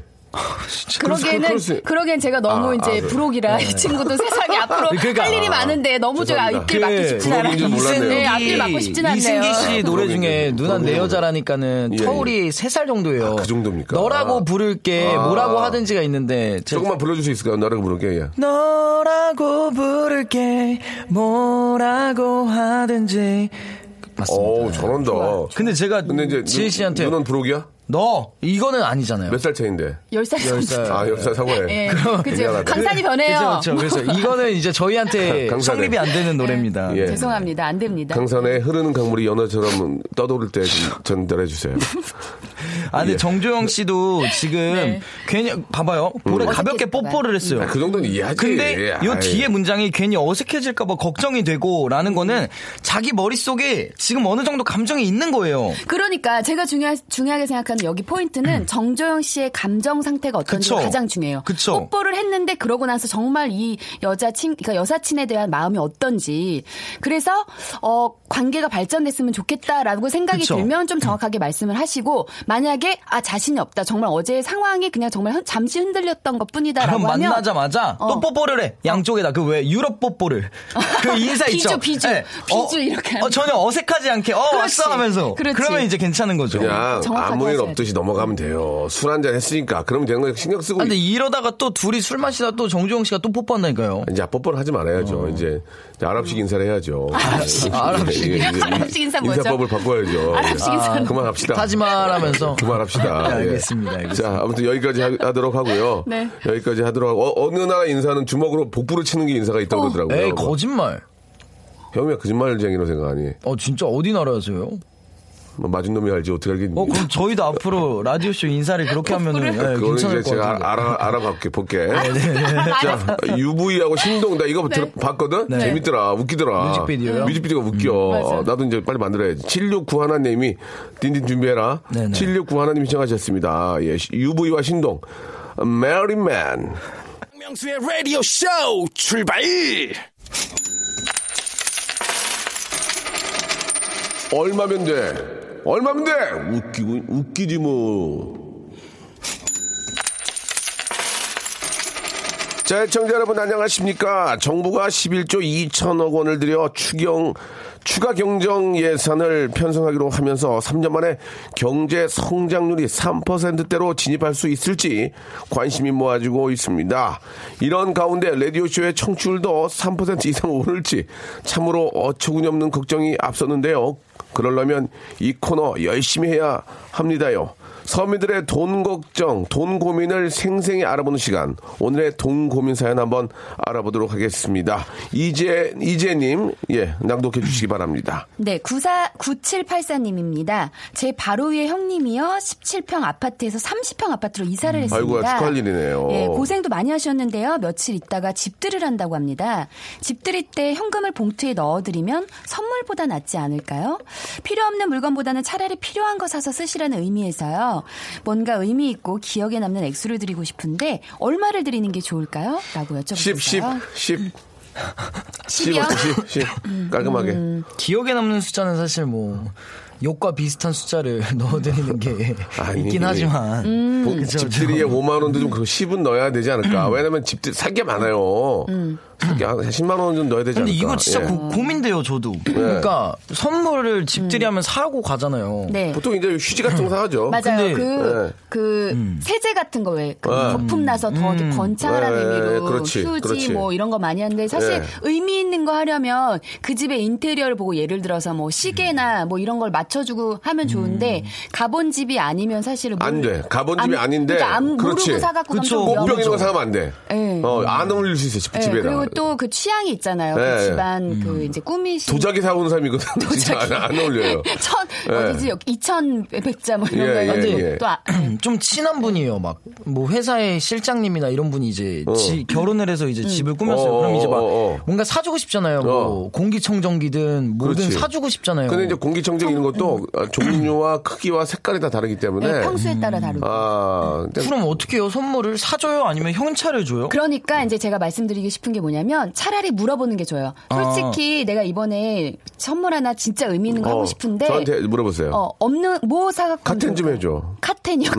Speaker 5: 그러기에는
Speaker 1: 그럴 수-
Speaker 5: 그러기엔 제가 너무
Speaker 1: 아, 아,
Speaker 5: 이제
Speaker 1: 그래.
Speaker 5: 부록이라 이 친구도 세상에 앞으로
Speaker 4: 그러니까.
Speaker 5: 할 일이 많은데 너무 좀
Speaker 1: 죄송합니다. 그
Speaker 5: 앞길 막기 쉽진
Speaker 1: 부록인
Speaker 5: 않아요.
Speaker 1: 줄 예, 몰랐네요.
Speaker 5: 네, 앞길 막고 싶진 않네요.
Speaker 4: 이승기 씨 노래 중에
Speaker 1: 부록이네.
Speaker 4: 누난 내
Speaker 1: 부록이네.
Speaker 4: 여자라니까는
Speaker 1: 예,
Speaker 4: 터울이 세 3살 정도예요.
Speaker 1: 아, 그 정도입니까?
Speaker 4: 너라고 부를게
Speaker 1: 아.
Speaker 4: 뭐라고 하든지가 있는데 제-
Speaker 1: 조금만 불러줄 수 있을까요? 나라고 부를게. 예.
Speaker 4: 너라고 부를게 뭐라고 하든지 맞습니다.
Speaker 1: 어우 잘한다.
Speaker 4: 근데 제가
Speaker 1: 근데 이제
Speaker 4: 지혜
Speaker 1: 눈-
Speaker 4: 씨한테
Speaker 1: 눈은 부록이야?
Speaker 4: 너 이거는 아니잖아요.
Speaker 1: 몇 살 차인데?
Speaker 5: 10살 정도.
Speaker 4: 네.
Speaker 1: 아 옆살 사과해.
Speaker 5: 예. 그죠. 강산이 변해요.
Speaker 4: 그렇죠. 그래서 이거는 이제 저희한테
Speaker 1: 강산에.
Speaker 4: 성립이 안 되는 노래입니다.
Speaker 1: 예.
Speaker 5: 죄송합니다.
Speaker 4: 네.
Speaker 5: 안 됩니다.
Speaker 1: 강산에 흐르는 강물이 연어처럼 떠도를 때 전달해 주세요.
Speaker 4: 아, 근데
Speaker 1: 네.
Speaker 4: 정조영 씨도 지금
Speaker 5: 네.
Speaker 4: 괜히 봐봐요. 볼에 가볍게
Speaker 5: 어색했나 봐요.
Speaker 4: 뽀뽀를 했어요.
Speaker 1: 음. 아, 그 정도는 이해하지.
Speaker 4: 네.
Speaker 1: 예.
Speaker 4: 근데 요
Speaker 1: 아이.
Speaker 4: 뒤에 뭐 문장이 괜히 어색해질까봐 걱정이 되고라는
Speaker 5: 음.
Speaker 4: 거는 자기 머릿속에 지금 어느 정도 감정이 있는 거예요.
Speaker 5: 그러니까 제가 중요 중요하게 생각하는 여기 포인트는 정조영 씨의 감정 상태가
Speaker 4: 음.
Speaker 5: 어떤지가
Speaker 4: 그쵸.
Speaker 5: 가장 중요해요.
Speaker 4: 그쵸.
Speaker 5: 뽀뽀를 했는데 그러고 나서 정말 이 여자친 그러니까 여사친에 대한 마음이 어떤지 그래서 어 관계가 발전됐으면 좋겠다라고 생각이
Speaker 4: 그쵸. 음.
Speaker 5: 들면 좀 정확하게 말씀을 하시고 만약에 아 자신이 없다 정말 어제의 상황이 그냥 정말 흔- 잠시 흔들렸던 것뿐이다라고
Speaker 4: 그럼
Speaker 5: 하면
Speaker 4: 만나자마자
Speaker 5: 어.
Speaker 4: 또 뽀뽀를 해 양쪽에다 그 왜 유럽 뽀뽀를 그 인사
Speaker 5: 비주,
Speaker 4: 있죠
Speaker 5: 비주.
Speaker 4: 예.
Speaker 5: 비주 이렇게
Speaker 4: 어, 전혀 어색하지 않게 어
Speaker 5: 그렇지.
Speaker 4: 왔어 하면서
Speaker 5: 그렇지.
Speaker 4: 그러면 이제 괜찮은 거죠
Speaker 1: 그냥
Speaker 5: 정확하게
Speaker 1: 아무 일
Speaker 5: 하셔야
Speaker 1: 없듯이 넘어가면 돼요. 술 한 잔 했으니까 그러면 되는 거 신경 쓰고
Speaker 4: 아, 근데 이러다가 또 둘이 술 마시다 또 정주영 씨가 또 뽀뽀한다니까요
Speaker 1: 이제 뽀뽀를 하지 말아야죠.
Speaker 4: 어.
Speaker 1: 이제, 이제 아랍식 인사를 해야죠.
Speaker 4: 아랍식.
Speaker 1: 예,
Speaker 4: 아랍식.
Speaker 1: 예, 예.
Speaker 5: 아랍식 인사 뭐죠?
Speaker 1: 인사법을 바꿔야죠.
Speaker 5: 아랍식 인사는
Speaker 1: 그만합시다.
Speaker 4: 하지마 하면서
Speaker 1: 그만합시다.
Speaker 4: 네,
Speaker 1: 예.
Speaker 4: 알겠습니다, 알겠습니다.
Speaker 1: 자, 아무튼 여기까지 하, 도록 하고요.
Speaker 5: 네.
Speaker 1: 여기까지 하도록 하고 어, 느 나라 인사는 주먹으로 복부를 치는 게 인사가 있다고 그러더라고요.
Speaker 4: 어, 에이 거짓말
Speaker 1: 형이야 거짓말쟁이로 생각하니?
Speaker 4: 어 진짜 어디 나라에서요
Speaker 1: 뭐 맞은 놈이 알지 어떻게 알겠니?
Speaker 4: 어 그럼 저희도 앞으로 라디오쇼 인사를 그렇게 하면은 예,
Speaker 1: 그러니까 그거는
Speaker 4: 괜찮을
Speaker 1: 이제
Speaker 4: 것 네.
Speaker 1: 제가
Speaker 4: 같아요
Speaker 1: 알아, 알아볼게, 볼게. 자,
Speaker 4: 네.
Speaker 1: UV하고 신동, 나 이거 들- 봤거든? 재밌더라, 웃기더라.
Speaker 4: 뮤직비디오요? 음.
Speaker 1: 뮤직비디오가 웃겨. 어, 나도 이제 빨리 만들어야지. 7691 하나님이, 딘딘 준비해라.
Speaker 4: 네네.
Speaker 1: 7691 하나님이 신청하셨습니다. 예, UV와 신동, 메리맨.
Speaker 6: 명수의 라디오 쇼 출발!
Speaker 1: 얼마면 돼? 얼마면 돼? 웃기고, 웃기지 뭐. 자, 청자 여러분 안녕하십니까? 정부가 11조 2천억 원을 들여 추경 추가 경정 예산을 편성하기로 하면서 3년 만에 경제 성장률이 3%대로 진입할 수 있을지 관심이 모아지고 있습니다. 이런 가운데 라디오쇼의 청취율도 3% 이상 오를지 참으로 어처구니 없는 걱정이 앞섰는데요. 그러려면 이 코너 열심히 해야 합니다요. 서민들의 돈 걱정, 돈 고민을 생생히 알아보는 시간. 오늘의 돈 고민 사연 한번 알아보도록 하겠습니다. 이재, 이재님, 예, 낭독해 주시기 바랍니다.
Speaker 5: 네, 94, 9784님입니다. 제 바로 위에 형님이요. 17평 아파트에서 30평 아파트로 이사를 했습니다.
Speaker 1: 음, 아이고야, 축하할 일이네요.
Speaker 5: 예, 고생도 많이 하셨는데요. 며칠 있다가 집들을 한다고 합니다. 집들이 때 현금을 봉투에 넣어드리면 선물보다 낫지 않을까요? 필요 없는 물건보다는 차라리 필요한 거 사서 쓰시라는 의미에서요. 뭔가 의미 있고 기억에 남는 액수를 드리고 싶은데 얼마를 드리는 게 좋을까요? 라고
Speaker 1: 10, 10,
Speaker 5: 여쭤봤어요.
Speaker 1: 10.
Speaker 5: 10이요?
Speaker 1: 10, 10. 깔끔하게.
Speaker 4: 음. 기억에 남는 숫자는 사실 뭐 욕과 비슷한 숫자를 넣어드리는 게
Speaker 1: 아니.
Speaker 4: 있긴 하지만
Speaker 1: 보-
Speaker 4: 그쵸,
Speaker 1: 집들이에 5만 원도 좀 그거 10은 넣어야 되지
Speaker 4: 음.
Speaker 1: 않을까. 왜냐면 집들 살 게 많아요. 살게 한 10만 원 좀 넣어야 되지 않을까.
Speaker 4: 근데 이거 진짜
Speaker 1: 예.
Speaker 4: 고, 고민돼요 저도
Speaker 1: 네.
Speaker 4: 그러니까 선물을 집들이 하면 사고 가잖아요
Speaker 5: 네.
Speaker 1: 보통 이제 휴지 같은 거 사가죠. 예.
Speaker 5: 맞아요.
Speaker 4: 어, 근데, 음.
Speaker 5: 그,
Speaker 1: 네.
Speaker 5: 그, 세제 같은 거 왜, 그 거품 나서 더 이렇게 번창하라는
Speaker 1: 예, 예,
Speaker 5: 의미로
Speaker 1: 네. 그렇지,
Speaker 5: 휴지
Speaker 1: 그렇지.
Speaker 5: 뭐 이런 거 많이 하는데 사실
Speaker 1: 예.
Speaker 5: 의미 있는 거 하려면 그 집의 인테리어를 보고 예를 들어서 뭐
Speaker 4: 음.
Speaker 5: 시계나 뭐 이런 걸 맞춰주고 하면 좋은데 가본 집이 아니면 사실은
Speaker 1: 안
Speaker 5: 모르-
Speaker 1: 돼. 가본 집이
Speaker 5: 안-
Speaker 1: 아닌데.
Speaker 5: 그러니까 안
Speaker 1: 그렇지.
Speaker 5: 모르고
Speaker 4: 그쵸.
Speaker 5: 사갖고 가면 좀
Speaker 1: 꽃병
Speaker 5: 위험하죠.
Speaker 1: 있는 거 어, 사가면 안 돼.
Speaker 5: 예.
Speaker 1: 어, 안 어울릴 수 있어, 집,
Speaker 5: 예,
Speaker 1: 집에다.
Speaker 5: 그리고 또 그 취향이 있잖아요.
Speaker 1: 예,
Speaker 5: 그
Speaker 1: 예.
Speaker 5: 집안
Speaker 4: 음.
Speaker 5: 그 이제 꾸미신
Speaker 1: 도자기 사오는 사람이거든. 진짜 안, 안 어울려요.
Speaker 5: 천
Speaker 1: 예.
Speaker 5: 어디지 여기 이천 백자 뭐
Speaker 1: 예,
Speaker 5: 이런 거
Speaker 1: 예,
Speaker 5: 해가지고
Speaker 1: 예.
Speaker 5: 또 아-
Speaker 4: 좀 친한 분이에요 막 뭐 회사의 실장님이나 이런 분이 이제 지- 결혼을 해서 이제 집을 꾸몄어요
Speaker 1: 어,
Speaker 4: 그럼 이제 막
Speaker 1: 어, 어.
Speaker 4: 뭔가 사주고 싶잖아요 뭐
Speaker 1: 어.
Speaker 4: 공기청정기든 뭐든
Speaker 1: 그렇지.
Speaker 4: 사주고
Speaker 5: 예.
Speaker 4: 싶잖아요
Speaker 1: 근데 이제 공기청정 있는 것도 아, 종류와 크기와 색깔이 다 다르기 때문에.
Speaker 5: 예, 평수에 따라 다르고
Speaker 1: 아, 근데
Speaker 4: 그럼 어떻게 해요 선물을 사줘요 아니면 형차를 줘요
Speaker 5: 네. 그러니까 이제 제가 말씀드리기 싶은 게 뭐냐면 차라리 물어보는 게 좋아요. 솔직히 내가 이번에 선물 하나 진짜 의미 있는 거
Speaker 1: 어,
Speaker 5: 하고 싶은데
Speaker 1: 저한테 물어보세요.
Speaker 5: 어, 없는 뭐 사갖고
Speaker 1: 카텐 좀 해줘. 음, 네,
Speaker 5: 카텐이요,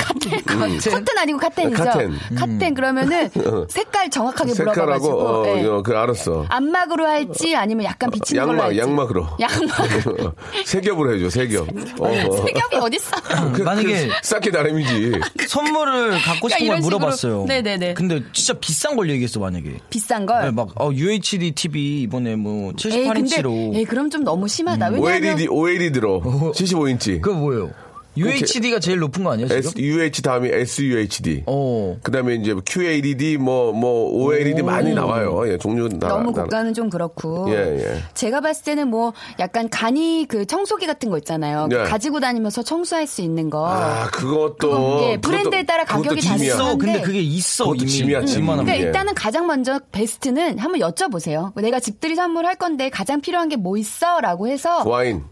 Speaker 5: 카텐. 커튼 아니고 카텐이죠.
Speaker 1: 카텐. 음. 어.
Speaker 5: 카텐 그러면은 색깔 정확하게
Speaker 1: 색깔하고,
Speaker 5: 물어봐가지고
Speaker 1: 어,
Speaker 5: 예.
Speaker 1: 어, 그래, 알았어.
Speaker 5: 안막으로 할지 아니면 약간 비치는 걸로
Speaker 1: 양막,
Speaker 5: 할지.
Speaker 1: 양막으로. 어.
Speaker 5: 양막.
Speaker 1: 세 겹으로 해줘, 세 겹. 어, 그, 어.
Speaker 5: 세겹이 어딨어?
Speaker 4: 음, 만약에
Speaker 1: 쌓기 나름이지.
Speaker 5: 아,
Speaker 4: 선물을 갖고
Speaker 5: 그, 그러니까
Speaker 4: 싶은 걸
Speaker 5: 이런 식으로.
Speaker 4: 물어봤어요.
Speaker 5: 네네네.
Speaker 4: 근데 진짜 비싼 걸 얘기했어 만약에.
Speaker 5: 비싼 걸.
Speaker 4: 네, 막 어, UHD TV 이번에 뭐
Speaker 5: 에이, 근데
Speaker 4: 78인치로.
Speaker 5: 에이, 그럼 좀 너무 심하다. 왜냐면
Speaker 1: OLED, OLED로. 75인치.
Speaker 4: 그거 뭐예요? UHD가 제일 높은 거 아니에요, 지금?
Speaker 1: S, UH 다음이 SUHD.
Speaker 4: 어.
Speaker 1: 그다음에 이제 QLED 뭐 뭐 OLED 많이 나와요. 예, 종류 나.
Speaker 5: 너무
Speaker 1: 나-
Speaker 5: 고가는 좀 그렇고.
Speaker 1: 예, 예.
Speaker 5: 제가 봤을 때는 뭐 약간 간이 그 청소기 같은 거 있잖아요.
Speaker 1: 예.
Speaker 5: 가지고 다니면서 청소할 수 있는 거.
Speaker 1: 아, 그것도
Speaker 5: 그건, 예, 브랜드에 따라 가격이
Speaker 1: 그것도 짐이야.
Speaker 5: 다르긴
Speaker 4: 있어. 근데
Speaker 5: 한데.
Speaker 4: 그게 있어.
Speaker 1: 그것도
Speaker 4: 이미.
Speaker 1: 짐이야, 짐.
Speaker 4: 웬만하면.
Speaker 5: 그러니까
Speaker 1: 예.
Speaker 5: 일단은 가장 먼저 베스트는 한번 여쭤보세요. 내가 집들이 선물할 건데 가장 필요한 게 뭐 있어? 라고 해서
Speaker 1: 와인.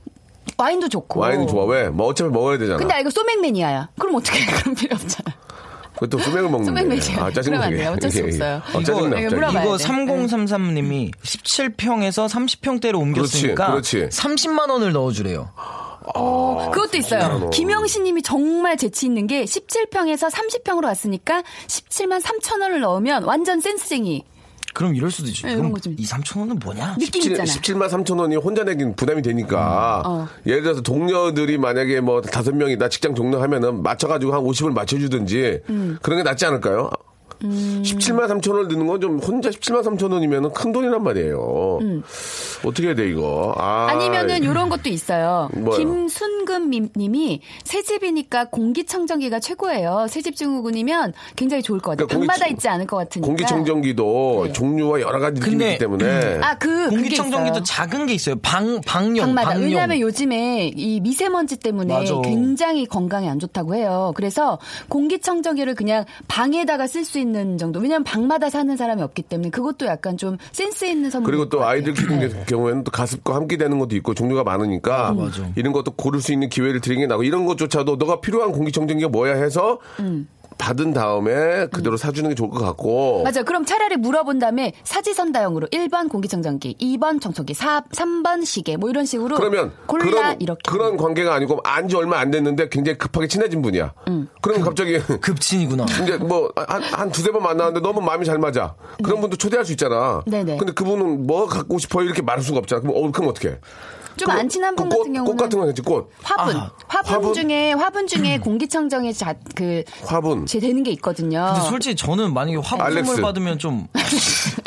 Speaker 5: 와인도 좋고.
Speaker 1: 와인은 좋아. 왜? 뭐 어차피 먹어야 되잖아.
Speaker 5: 근데 아, 이거 소맥매니아야. 그럼 어떻게 해? 그럼 필요 없잖아.
Speaker 1: 그것도 수맥을 먹는 아,
Speaker 5: 소맥매니아. 그러면 안
Speaker 1: 짜증나게.
Speaker 5: 돼요. 어쩔 수 없어요.
Speaker 1: 아, 짜증나.
Speaker 5: 이거
Speaker 1: 갑자기.
Speaker 5: 물어봐요.
Speaker 4: 이거
Speaker 5: 돼.
Speaker 4: 3033님이 17평에서 30평대로 옮겼으니까
Speaker 1: 그렇지, 그렇지.
Speaker 4: 30만 원을 넣어주래요.
Speaker 1: 아,
Speaker 5: 어, 그것도 있어요. 김영신 님이 정말 재치 있는 게 17평에서 30평으로 왔으니까 17만 3천 원을 넣으면 완전 센스쟁이.
Speaker 4: 그럼 이럴 수도 있지.
Speaker 5: 네,
Speaker 4: 그럼
Speaker 5: 이런 거 좀.
Speaker 4: 이 3천 원은 뭐냐?
Speaker 5: 느낌
Speaker 1: 17,
Speaker 5: 있잖아.
Speaker 1: 17만 3천 원이 혼자 내긴 부담이 되니까
Speaker 5: 어.
Speaker 1: 예를 들어서 동료들이 만약에 뭐 다섯 명이다 직장 동료 하면은 맞춰가지고 한 50을 맞춰주든지
Speaker 5: 음.
Speaker 1: 그런 게 낫지 않을까요? 17만 3천 원을 드는 건 좀 혼자 17만 3천 원이면 큰 돈이란 말이에요. 어떻게 해야 돼 이거? 아,
Speaker 5: 음. 아니면은 이런 것도 있어요.
Speaker 1: 뭐요?
Speaker 5: 김순금 님- 님이 새 집이니까 공기청정기가 최고예요. 새집 증후군이면 굉장히 좋을 것 같아요.
Speaker 1: 그러니까 공기청-
Speaker 5: 방마다 있지 않을 것 같으니까.
Speaker 1: 공기청정기도 종류와 여러 가지 느낌이
Speaker 4: 근데-
Speaker 1: 있기 때문에
Speaker 5: 아, 그 그게
Speaker 4: 공기청정기도
Speaker 5: 있어요.
Speaker 4: 작은 게 있어요. 방 방용
Speaker 5: 방마다.
Speaker 4: 방용.
Speaker 5: 왜냐하면 요즘에 이 미세먼지 때문에
Speaker 4: 맞아.
Speaker 5: 굉장히 건강에 안 좋다고 해요. 그래서 공기청정기를 그냥 방에다가 쓸 수 있는 정도. 왜냐하면 방마다 사는 사람이 없기 때문에 그것도 약간 좀 센스 있는 선물.
Speaker 1: 그리고 또 아이들
Speaker 5: 네.
Speaker 1: 키우는 경우에는 또 가습과 함께 되는 것도 있고 종류가 많으니까
Speaker 5: 음.
Speaker 1: 이런 것도 고를 수 있는 기회를 드리는 게 나고 이런 것조차도 너가 필요한 공기청정기가 뭐야 해서 받은 다음에 그대로 사주는 게 좋을 것 같고
Speaker 5: 음. 맞아. 요 그럼 차라리 물어본 다음에 사지선다형으로 1번 공기청정기, 2번 청소기, 4, 3번 시계 뭐 이런 식으로
Speaker 1: 그러면
Speaker 5: 골라
Speaker 1: 그런,
Speaker 5: 이렇게.
Speaker 1: 그런 관계가 아니고 안지 얼마 안 됐는데 굉장히 급하게 친해진 분이야.
Speaker 5: 음.
Speaker 1: 그럼 갑자기
Speaker 5: 어.
Speaker 4: 급진이구나.
Speaker 1: 이제 뭐 한 한 두세 번 만나는데 너무 마음이 잘 맞아. 그런 분도 초대할 수 있잖아.
Speaker 5: 네. 네네.
Speaker 1: 근데 그분은 뭐 갖고 싶어요 이렇게 말할 수가 없잖아. 그럼 어 그럼 어떻게?
Speaker 5: 좀 안 친한 분 같은 경우는
Speaker 1: 그 꽃 같은 거 했지 꽃.
Speaker 5: 화분,
Speaker 4: 아,
Speaker 5: 화분,
Speaker 1: 화분? 음.
Speaker 5: 중에 화분 중에 공기청정에 자, 그
Speaker 1: 화분.
Speaker 5: 제 되는 게 있거든요.
Speaker 4: 근데 솔직히 저는 만약에 화분
Speaker 1: 알렉스.
Speaker 4: 선물 받으면 좀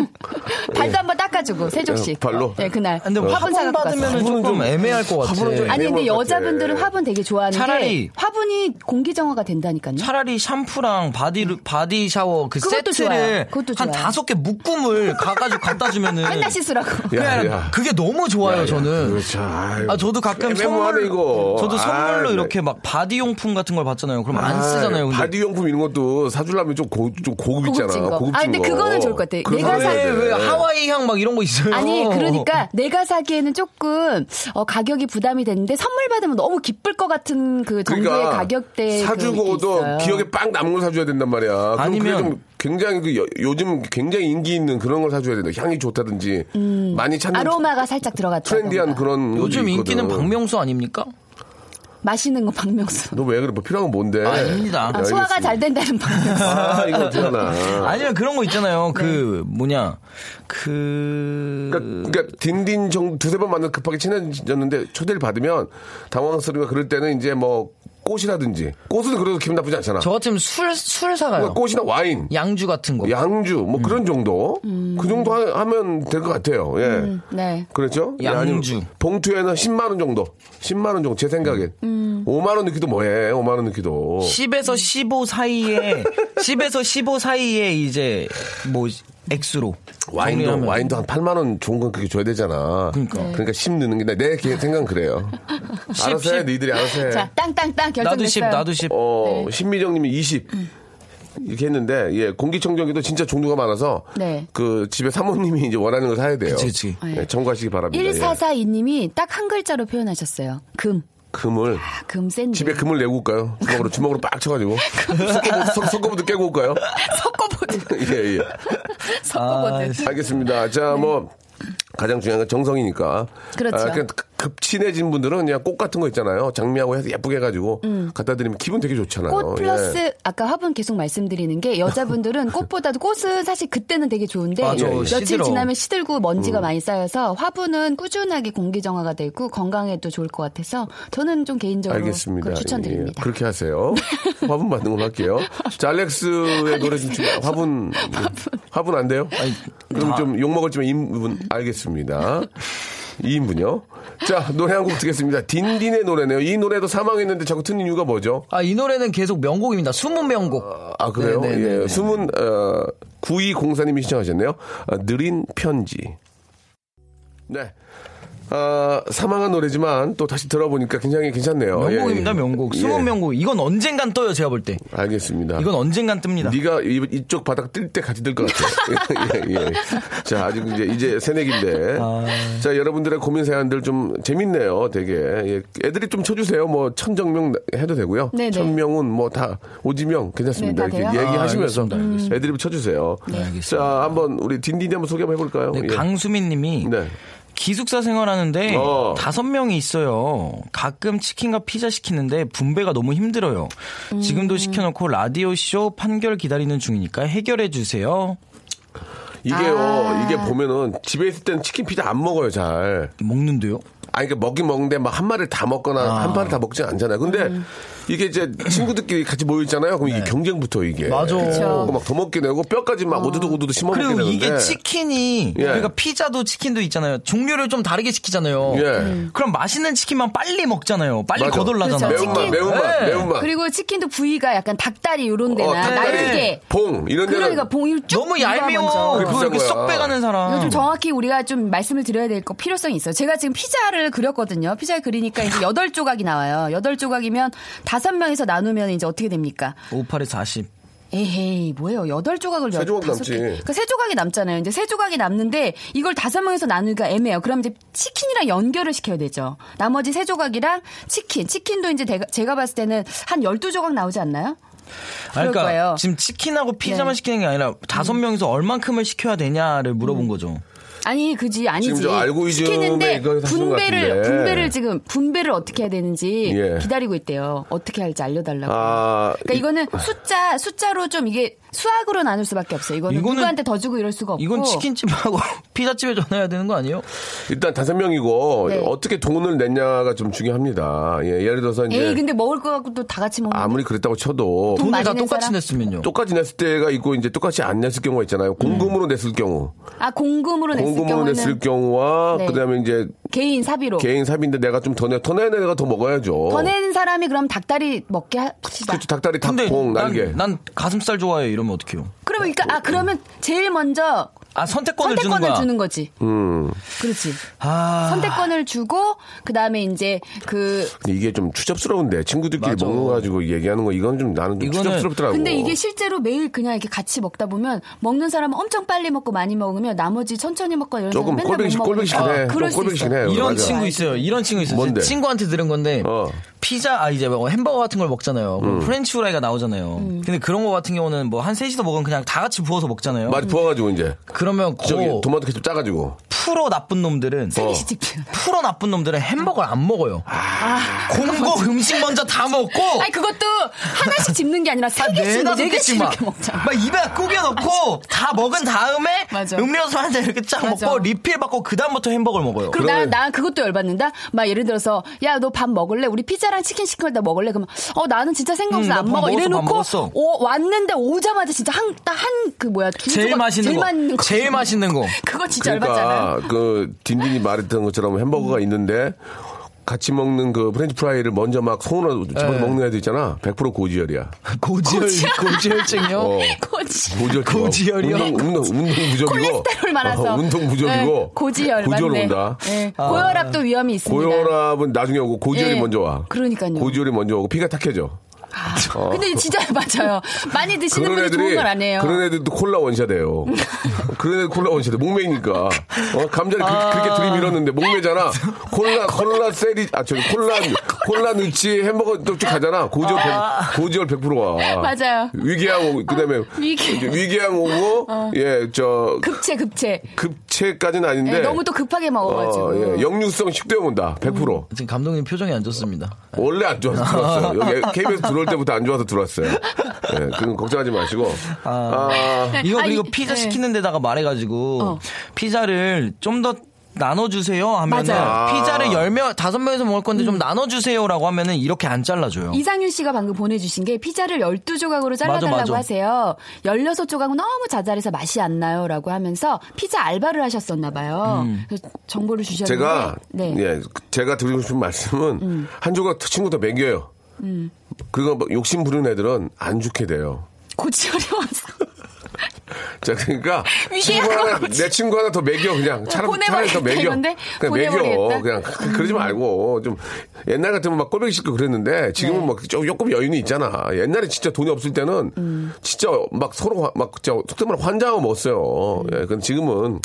Speaker 5: 발도 한번 닦아주고 세족씩.
Speaker 1: 예, 발로?
Speaker 5: 네 그날.
Speaker 4: 아, 근데 화분
Speaker 5: 사갖고
Speaker 4: 받으면
Speaker 5: 갔어요.
Speaker 4: 조금 애매할 것 같아.
Speaker 1: 어. 화분은 좀
Speaker 5: 아니 근데
Speaker 1: 애매한 네, 것 같아.
Speaker 5: 여자분들은 화분 되게 좋아하는
Speaker 4: 차라리-
Speaker 5: 게 화분이 공기정화가 된다니까요.
Speaker 4: 차라리 샴푸랑 바디 바디 샤워 그
Speaker 5: 그것도 좋아요.
Speaker 4: 세트를
Speaker 5: 그것도
Speaker 4: 한
Speaker 5: 좋아요.
Speaker 4: 다섯 개 묶음을 가가지고 갖다 주면은
Speaker 5: 맨날 씻으라고.
Speaker 1: 야,
Speaker 4: 그냥
Speaker 1: 야.
Speaker 4: 그게 너무 좋아요 저는.
Speaker 1: 그렇죠. 아유.
Speaker 4: 아 저도 가끔
Speaker 1: 애매모호하네,
Speaker 4: 선물
Speaker 1: 이거.
Speaker 4: 저도
Speaker 1: 아,
Speaker 4: 선물로
Speaker 1: 네.
Speaker 4: 이렇게 막 바디 용품 같은 걸 받잖아요. 그럼 안 쓰잖아요. 근데
Speaker 1: 바디 용품 이런 것도 사주려면 좀, 고, 좀 고급
Speaker 5: 고급진
Speaker 1: 있잖아.
Speaker 5: 거.
Speaker 1: 고급진
Speaker 5: 아, 근데
Speaker 1: 거.
Speaker 5: 그거는 좋을 것 같아.
Speaker 1: 그런
Speaker 5: 내가
Speaker 1: 거
Speaker 5: 사-
Speaker 1: 해야
Speaker 4: 왜,
Speaker 1: 돼.
Speaker 4: 왜 하와이 향 막 이런 거 있어요.
Speaker 5: 아니 그러니까 내가 사기에는 조금 어, 가격이 부담이 되는데 선물 받으면 너무 기쁠 것 같은 그 정도의
Speaker 1: 그러니까
Speaker 5: 가격대
Speaker 1: 사주고도 기억에 빵 남은 걸 사줘야 된단 말이야. 그럼
Speaker 4: 아니면-
Speaker 1: 그게 좀 굉장히 그 여- 요즘 굉장히 인기 있는 그런 걸 사줘야 된다. 향이 좋다든지 많이 찾는
Speaker 5: 음. 아로마가 살짝 들어갔다.
Speaker 1: 트렌디한 음, 그런
Speaker 4: 요즘
Speaker 1: 것도 있거든.
Speaker 4: 인기는 박명수 아닙니까?
Speaker 5: 마시는 거 박명수.
Speaker 1: 너 왜 그래? 뭐 필요한 건 뭔데?
Speaker 4: 아닙니다.
Speaker 5: 아, 소화가 잘 된다는 박명수.
Speaker 1: 네, 아, 이거 어떡하나.
Speaker 4: 아니면 그런 거 있잖아요. 그 뭐냐 그
Speaker 1: 그러니까, 그러니까 딘딘 정 두세 번 만나 급하게 친해졌는데 초대를 받으면 당황스러우니까 그럴 때는 이제 뭐 꽃이라든지 꽃은 그래도 기분 나쁘지 않잖아.
Speaker 4: 저 같으면 술 술 사가요.
Speaker 1: 그러니까 꽃이나 와인,
Speaker 4: 양주 같은 거.
Speaker 1: 양주 뭐
Speaker 4: 음.
Speaker 1: 그런 정도 그 정도 하, 면 될 것 같아요. 예.
Speaker 5: 네.
Speaker 1: 그렇죠? 예,
Speaker 4: 음. 양주.
Speaker 1: 아니면 봉투에는 10만 원 정도. 10만 원 정도 제 생각엔.
Speaker 4: 음.
Speaker 1: 5만 원 넣기도 뭐해. 5만 원 넣기도.
Speaker 4: 10에서 15 사이에 10에서 15 사이에 이제 뭐 액수로
Speaker 1: 와인도
Speaker 4: 정리하면.
Speaker 1: 와인도 한 8만 원 좋은 건 그렇게 줘야 되잖아.
Speaker 4: 그러니까.
Speaker 1: 그러니까 10 넣는 게 내 생각은 그래요. 알아서 해.
Speaker 4: 10.
Speaker 1: 니들이 알아서 해.
Speaker 5: 자, 땅땅땅 결정됐어요.
Speaker 4: 나도 10 나도 10
Speaker 1: 어,
Speaker 5: 네.
Speaker 1: 신미정님이 20.
Speaker 5: 음.
Speaker 1: 이렇게 했는데, 예, 공기청정기도 진짜 종류가 많아서,
Speaker 5: 네.
Speaker 1: 그 집에 사모님이 이제 원하는 걸 사야 돼요.
Speaker 4: 그치, 그치.
Speaker 1: 예, 참고하시기 바랍니다. 예.
Speaker 5: 1442님이 딱 한 글자로 표현하셨어요. 금.
Speaker 1: 금을.
Speaker 5: 아, 금 센데.
Speaker 1: 집에 금을 내고 올까요? 주먹으로, 주먹으로 빡 쳐가지고. 석고부터 깨고 올까요?
Speaker 5: 섞어보듯.
Speaker 1: 예, 예.
Speaker 4: 아,
Speaker 5: 섞어보듯.
Speaker 1: 알겠습니다. 자, 뭐. 가장 중요한 건 정성이니까.
Speaker 5: 네. 그렇죠.
Speaker 1: 아, 그냥 급- 급친해진 분들은 그냥 꽃 같은 거 있잖아요. 장미하고 해서 예쁘게 해가지고 갖다 드리면 기분 되게 좋잖아요.
Speaker 5: 음. 꽃 플러스
Speaker 1: 예.
Speaker 5: 아까 화분 계속 말씀드리는 게 여자분들은 꽃보다도 꽃은 사실 그때는 되게 좋은데
Speaker 4: 맞아,
Speaker 5: 며칠
Speaker 4: 시들어.
Speaker 5: 지나면 시들고
Speaker 1: 음.
Speaker 5: 먼지가 많이 쌓여서 화분은 꾸준하게 공기 정화가 되고 건강에도 좋을 것 같아서 저는 좀 개인적으로
Speaker 1: 알겠습니다.
Speaker 5: 그걸
Speaker 1: 예,
Speaker 5: 추천드립니다.
Speaker 1: 그렇게 하세요. 화분 받는 걸로 할게요. 자, 알렉스의 노래 좀, 좀 화분, 화분 안 돼요? 그럼 좀 욕먹을 지만 인분 알겠습니다. 2인분요. 자, 노래 한 곡 듣겠습니다. 딘딘의 노래네요. 이 노래도 사망했는데 자꾸 트는 이유가 뭐죠?
Speaker 4: 아, 이 노래는 계속 명곡입니다. 숨은 명곡.
Speaker 1: 아, 그래요?
Speaker 4: 네, 네, 네,
Speaker 1: 예.
Speaker 4: 네.
Speaker 1: 숨은, 어, 9204님이 신청하셨네요. 아, 느린 편지. 네. 아, 사망한 노래지만 또 다시 들어보니까 굉장히 괜찮네요.
Speaker 4: 명곡입니다,
Speaker 1: 예, 예.
Speaker 4: 명곡.
Speaker 1: 예.
Speaker 4: 숨은 명곡. 이건 언젠간 떠요, 제가 볼 때.
Speaker 1: 알겠습니다.
Speaker 4: 이건 언젠간 뜹니다.
Speaker 1: 네가 이- 이쪽 바닥 뜰 때 같이 뜰 것 같아. 예, 예. 자, 아직 이제 이제 새내기인데.
Speaker 4: 아.
Speaker 1: 자, 여러분들의 고민 사연들 좀 재밌네요, 되게. 예, 애들이 좀 쳐주세요. 뭐 천정명 해도 되고요.
Speaker 5: 네네.
Speaker 1: 천명은 뭐 다 오지명 괜찮습니다.
Speaker 5: 네, 다
Speaker 1: 이렇게
Speaker 5: 돼요?
Speaker 1: 얘기하시면서
Speaker 4: 아, 알겠습니다, 알겠습니다.
Speaker 1: 애들이 쳐주세요. 자, 한번 우리 딘딘이 한번 소개 한번 해볼까요?
Speaker 4: 네,
Speaker 1: 예.
Speaker 4: 강수민 님이
Speaker 1: 네.
Speaker 4: 기숙사 생활하는데
Speaker 1: 어.
Speaker 4: 다섯 명이 있어요. 가끔 치킨과 피자 시키는데 분배가 너무 힘들어요. 지금도
Speaker 5: 음.
Speaker 4: 시켜놓고 라디오 쇼 판결 기다리는 중이니까 해결해 주세요.
Speaker 1: 이게요,
Speaker 4: 아.
Speaker 1: 이게 보면은 집에 있을 때는 치킨 피자 안 먹어요, 잘.
Speaker 4: 먹는데요?
Speaker 1: 아니, 그러니까 먹긴 먹는데 막 한 마리를 다 먹거나
Speaker 4: 아.
Speaker 1: 한 판을 다 먹진 않잖아요. 근데
Speaker 5: 음.
Speaker 1: 이게 이제 친구들끼리 같이 모여있잖아요. 그럼 이게 경쟁부터 이게.
Speaker 4: 네. 맞아. 그쵸.
Speaker 1: 막더 먹게 되고 뼈까지
Speaker 5: 아.
Speaker 1: 막 오두둑 오두둑 심어먹게
Speaker 4: 그리고
Speaker 1: 되는데.
Speaker 4: 이게 치킨이
Speaker 1: 예.
Speaker 4: 우리가 피자도 치킨도 있잖아요. 종류를 좀 다르게 시키잖아요.
Speaker 1: 예.
Speaker 4: 그럼 맛있는 치킨만 빨리 먹잖아요. 빨리
Speaker 1: 맞아.
Speaker 4: 거덜나잖아요.
Speaker 5: 그쵸.
Speaker 1: 매운맛,
Speaker 5: 치킨.
Speaker 1: 매운맛,
Speaker 4: 그렇죠. 네.
Speaker 1: 매운맛.
Speaker 5: 그리고 치킨도 부위가 약간 닭다리 요런 데나
Speaker 1: 어, 닭다리,
Speaker 5: 날개.
Speaker 1: 봉, 이런 데는.
Speaker 5: 그러니까 봉이 쭉
Speaker 4: 너무
Speaker 5: 누가 먼저.
Speaker 4: 얄미워.
Speaker 1: 그게
Speaker 4: 그거
Speaker 1: 비싼
Speaker 4: 이렇게
Speaker 1: 거야.
Speaker 4: 쏙 빼가는 사람.
Speaker 1: 어.
Speaker 5: 요즘 정확히 우리가 좀 말씀을 드려야 될 거 필요성이 있어요. 제가 지금 피자를 그렸거든요. 피자를 그리니까 이제 여덟 조각이 나와요. 여덟 조각이면 다섯 명에서 나누면 이제 어떻게 됩니까?
Speaker 4: 58에 40.
Speaker 5: 에헤이 뭐예요? 여덟 조각을
Speaker 1: 세 조각
Speaker 5: 다섯
Speaker 1: 남지.
Speaker 5: 개. 그러니까 세 조각이 남잖아요. 이제 세 조각이 남는데 이걸 다섯 명에서 나누기가 애매해요. 그럼 이제 치킨이랑 연결을 시켜야 되죠. 나머지 세 조각이랑 치킨. 치킨도 이제 대가- 제가 봤을 때는 한 열두 조각 나오지 않나요?
Speaker 4: 아,
Speaker 5: 그럴 거예요.
Speaker 4: 지금 치킨하고 피자만
Speaker 5: 네. 음.
Speaker 4: 시키는 게 아니라 다섯 명이서 얼만큼을 시켜야 되냐를 물어본 거죠.
Speaker 5: 아니 그지 아니지
Speaker 1: 지금 저 알고리즘에
Speaker 5: 시키는데
Speaker 1: 이거 사신 것
Speaker 5: 분배를
Speaker 1: 같은데.
Speaker 5: 분배를 지금 분배를 어떻게 해야 되는지
Speaker 1: 예.
Speaker 5: 기다리고 있대요 어떻게 할지 알려달라고
Speaker 1: 아,
Speaker 5: 그러니까 이거는 숫자 숫자로 좀 이게 수학으로 나눌 수밖에 없어요 이거는,
Speaker 4: 이거는-
Speaker 5: 누구한테 더 주고 이럴 수가 없고
Speaker 4: 이건 치킨집하고 피자집에 전화해야 되는 거 아니에요?
Speaker 1: 일단 다섯 명이고
Speaker 5: 네.
Speaker 1: 어떻게 돈을 냈냐가 좀 중요합니다. 예, 예를 들어서 이제
Speaker 5: 에이 근데 먹을 거 갖고 또 다 같이 먹는
Speaker 1: 아무리 그랬다고 쳐도
Speaker 5: 돈
Speaker 4: 돈을 다
Speaker 5: 많이 낸
Speaker 4: 똑같이
Speaker 5: 사람?
Speaker 4: 냈으면요.
Speaker 1: 똑같이 냈을 때가 있고 이제 똑같이 안 냈을 경우가 있잖아요. 공금으로
Speaker 4: 음.
Speaker 1: 냈을 경우.
Speaker 5: 아 공금으로 냈을
Speaker 1: 공금으로
Speaker 5: 경우는
Speaker 1: 냈을 경우와
Speaker 5: 네.
Speaker 1: 그다음에 이제
Speaker 5: 개인 사비로
Speaker 1: 개인 삽인데 내가 좀 더 내, 더 내야 내가 더 먹어야죠.
Speaker 5: 더 낸 사람이 그럼 닭다리 먹게 합시다
Speaker 1: 그렇죠. 닭다리
Speaker 4: 근데
Speaker 1: 닭봉
Speaker 4: 난-
Speaker 1: 날개.
Speaker 4: 난, 가슴살 좋아해 이러면 어떡해요?
Speaker 5: 그러면 그러니까 아 그러면 제일 먼저
Speaker 4: 아 선택권을, 주는
Speaker 5: 선택권을
Speaker 4: 거야.
Speaker 5: 주는 거지
Speaker 1: 음.
Speaker 5: 그렇지
Speaker 4: 아,
Speaker 5: 선택권을 주고 그다음에 이제 그
Speaker 1: 근데 이게 좀 추잡스러운데 친구들끼리
Speaker 4: 맞아.
Speaker 1: 먹는 거 가지고 얘기하는 거 이건 좀 나는 좀
Speaker 4: 이거는-
Speaker 1: 추잡스럽더라고.
Speaker 5: 근데 이게 실제로 매일 그냥 이렇게 같이 먹다 보면 먹는 사람은 엄청 빨리 먹고 많이 먹으면 나머지 천천히 먹고 이런
Speaker 1: 조금
Speaker 5: 사람 맨날
Speaker 1: 꼴보기 싫-
Speaker 5: 못
Speaker 1: 꼴보기
Speaker 5: 먹으니까 아,
Speaker 1: 싫긴 해. 좀
Speaker 5: 그럴 수
Speaker 1: 꼴보기
Speaker 5: 있어.
Speaker 1: 싫긴 해요.
Speaker 4: 이런
Speaker 1: 네, 맞아.
Speaker 4: 친구 있어요. 이런 친구 있어요.
Speaker 1: 뭔데?
Speaker 4: 친구한테 들은 건데
Speaker 1: 어. 음.
Speaker 4: 피자 아 이제 뭐 햄버거 같은 걸 먹잖아요. 그럼 프렌치 후라이가 나오잖아요.
Speaker 5: 음.
Speaker 4: 근데 그런 거 같은 경우는 뭐 한 셋이서 먹으면 그냥 다 같이 부어서 먹잖아요.
Speaker 1: 말이 부어가지고 이제
Speaker 4: 그러면
Speaker 1: 저기 어.
Speaker 4: 고
Speaker 1: 토마토 케첩 짜가지고
Speaker 4: 프로 나쁜 놈들은
Speaker 5: 생기시집.
Speaker 4: 프로 나쁜 놈들은 햄버거를 안 먹어요. 공복 음식 먼저 다 먹고
Speaker 5: 아, 아니 그것도 하나씩 집는 게 아니라 세
Speaker 4: 한
Speaker 5: 개씩
Speaker 4: 네다섯
Speaker 5: 네 개씩
Speaker 4: 개씩 막,
Speaker 5: 이렇게 먹자.
Speaker 4: 막 입에 꾸겨 넣고 다 먹은 다음에
Speaker 5: 맞아.
Speaker 4: 음료수 한 잔 이렇게 쫙
Speaker 5: 맞아.
Speaker 4: 먹고 리필 받고 그 다음부터 햄버거를 먹어요.
Speaker 5: 그럼 나, 나 그것도 열받는다? 막 예를 들어서, 야, 너 밥 먹을래? 우리 피자랑 치킨 시켜다 먹을래? 그러면, 어, 나는 진짜 생각없어.
Speaker 4: 응, 나
Speaker 5: 안
Speaker 4: 밥
Speaker 5: 먹어.
Speaker 4: 먹었어, 밥
Speaker 5: 이래놓고,
Speaker 4: 먹었어.
Speaker 5: 오, 왔는데 오자마자 진짜 한, 딱 한, 그 뭐야, 두
Speaker 4: 제일
Speaker 5: 조각-
Speaker 4: 맛있는
Speaker 5: 제일
Speaker 4: 거.
Speaker 5: 맛있는 거.
Speaker 4: 제일 맛있는 거.
Speaker 5: 그거 진짜 열받잖아요.
Speaker 1: 그러니까 그 딘딘이 말했던 것처럼 햄버거가 있는데 같이 먹는 그 프렌치 프라이를 먼저 막 손으로 집어서
Speaker 4: 네.
Speaker 1: 먹는 애도 있잖아. 100% 고지혈이야.
Speaker 4: 고지혈 고지혈증요.
Speaker 1: 어.
Speaker 5: 거지.
Speaker 1: 고지혈
Speaker 4: 고지혈이요?
Speaker 1: 운동 운동 운동 부족이고
Speaker 5: 콜레스테롤 많아서
Speaker 1: 어, 운동 부족이고
Speaker 5: 네, 고지혈
Speaker 1: 고지혈
Speaker 5: 맞네.
Speaker 1: 온다.
Speaker 5: 네, 고혈압도 위험이 있습니다.
Speaker 1: 고혈압은 나중에 오고 고지혈이
Speaker 5: 예,
Speaker 1: 먼저 와.
Speaker 5: 그러니까요.
Speaker 1: 고지혈이 먼저 오고 피가 탁해져.
Speaker 5: 아, 근데 진짜 맞아요. 많이 드시는 분이 좋은 건 아니에요.
Speaker 1: 그런 애들도 콜라 원샷해요. 그런 애들 콜라 원샷해. 목매니까. 어, 감자를
Speaker 5: 아.
Speaker 1: 그, 렇게 들이밀었는데 목매잖아. 콜라 콜라 세리 아 저기 콜라 콜라 누치 햄버거 쪽쭉 가잖아. 고지혈 100, 고지혈 100% 와.
Speaker 5: 맞아요. 아,
Speaker 1: 위궤양 오고 그다음에
Speaker 5: 위궤.
Speaker 1: 이제 위궤양 오고 예 저
Speaker 5: 어. 급체 급체.
Speaker 1: 급체까지는 아닌데
Speaker 5: 예, 너무 또 급하게 먹어가지고.
Speaker 1: 네. 어, 예, 역류성 식도염 온다. 100%.
Speaker 4: 지금 감독님 표정이 안 좋습니다.
Speaker 1: 원래 안 좋아서 들어왔어요. 여기 KBS 들어올 때부터 안 좋아서 들어왔어요. 예, 그건 걱정하지 마시고. 아,
Speaker 4: 이거
Speaker 5: 아니,
Speaker 4: 그리고 피자
Speaker 5: 네.
Speaker 4: 시키는 데다가 말해가지고
Speaker 5: 어.
Speaker 4: 피자를 좀 더 나눠주세요 하면은
Speaker 5: 맞아요. 음.
Speaker 4: 피자를 열명 다섯 명에서 먹을 건데 좀 나눠주세요라고 하면은 이렇게 안 잘라줘요.
Speaker 5: 이상윤 씨가 방금 보내주신 게 피자를 12조각으로 잘라달라고
Speaker 4: 어. 맞아, 맞아.
Speaker 5: 하세요. 16조각은 너무 자잘해서 맛이 안 나요. 라고 하면서 피자 알바를 하셨었나 봐요.
Speaker 4: 음.
Speaker 5: 그래서 정보를 주셨는데.
Speaker 1: 제가
Speaker 5: 네. 음.
Speaker 1: 예 제가 드리고 싶은 말씀은 한 조각 친구도 먹여요. 그거 뭐 욕심 부리는 애들은 안 좋게 돼요.
Speaker 5: 고치 어려워서.
Speaker 1: 음. 자 그러니까
Speaker 5: 위계하는
Speaker 1: 친구 하나,
Speaker 5: 거지.
Speaker 1: 내 친구 하나 더 먹여 그냥 차라리 차라리 더
Speaker 5: 보내버리겠다,
Speaker 1: 먹여
Speaker 5: 이건데?
Speaker 1: 그냥 먹여
Speaker 5: 보내버리겠다. 음.
Speaker 1: 그냥 그- 그러지 말고 좀 옛날 같으면 막 꼴보기 싫고 그랬는데
Speaker 5: 네.
Speaker 1: 지금은 막 조- 조금 여유는 있잖아 옛날에 진짜 돈이 없을 때는
Speaker 5: 음.
Speaker 1: 진짜 막 서로 화- 막 진짜 속된 말로 환장하고 먹었어요
Speaker 5: 음.
Speaker 1: 예, 근데 지금은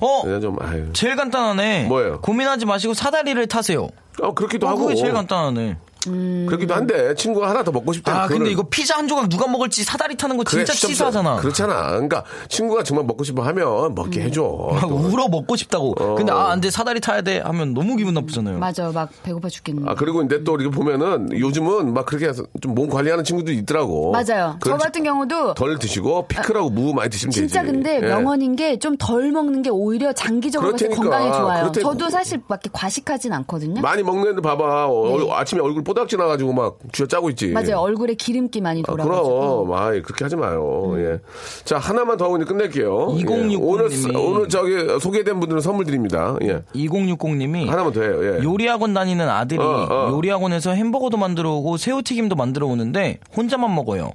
Speaker 4: 어
Speaker 1: 그냥 좀 아유
Speaker 4: 제일 간단하네.
Speaker 1: 뭐예요?
Speaker 4: 고민하지 마시고 사다리를 타세요.
Speaker 1: 어, 그렇기도
Speaker 4: 어,
Speaker 1: 하고
Speaker 4: 그게 제일 간단하네.
Speaker 5: 음.
Speaker 1: 그렇기도 한데 친구가 하나 더 먹고 싶다
Speaker 4: 아 근데 이거 피자 한 조각 누가 먹을지 사다리 타는 거 진짜 치사하잖아. 음.
Speaker 1: 그렇잖아. 그러니까 친구가 정말 먹고 싶어 하면 먹게 해줘.
Speaker 4: 막
Speaker 1: 또.
Speaker 4: 울어 먹고 싶다고. 근데 아 안 돼 사다리 타야 돼 하면 너무 기분 나쁘잖아요.
Speaker 5: 맞아. 막 배고파 죽겠네.
Speaker 1: 아 그리고 근데 또 이렇게 보면은 요즘은 막 그렇게 해서 좀 몸 관리하는 친구도 있더라고.
Speaker 5: 맞아요. 저
Speaker 1: 뭐 그걸
Speaker 5: 같은 경우도
Speaker 1: 덜 드시고 피클하고 무 많이 드시면
Speaker 5: 진짜
Speaker 1: 되지.
Speaker 5: 근데
Speaker 1: 예.
Speaker 5: 명언인 게 좀 덜 먹는 게 오히려 장기적으로 봤을 때
Speaker 1: 그렇다니까.
Speaker 5: 건강에 좋아요.
Speaker 1: 그렇다-
Speaker 5: 저도 사실 막 이렇게 과식하진 않거든요.
Speaker 1: 많이 먹는 애들 봐봐. 어, 얼- 아침에 얼굴 뽀닥지 나가지고 막 쥐어 짜고 있지.
Speaker 5: 네. 맞아요. 얼굴에 기름기 많이
Speaker 1: 아,
Speaker 5: 돌아가지고. 뭐. 음.
Speaker 1: 그럼, 아, 그렇게 하지 마요. 예. 자, 하나만 더 하고 이제 끝낼게요. 예.
Speaker 4: 2060
Speaker 1: 오늘,
Speaker 4: 님이.
Speaker 1: 오늘 저기 소개된 분들은 선물 드립니다. 예.
Speaker 4: 2060님이
Speaker 1: 하나만 더 해요. 예.
Speaker 4: 요리학원 다니는 아들이
Speaker 1: 어, 어.
Speaker 4: 요리학원에서 햄버거도 만들어 오고 새우튀김도 만들어 오는데 혼자만 먹어요.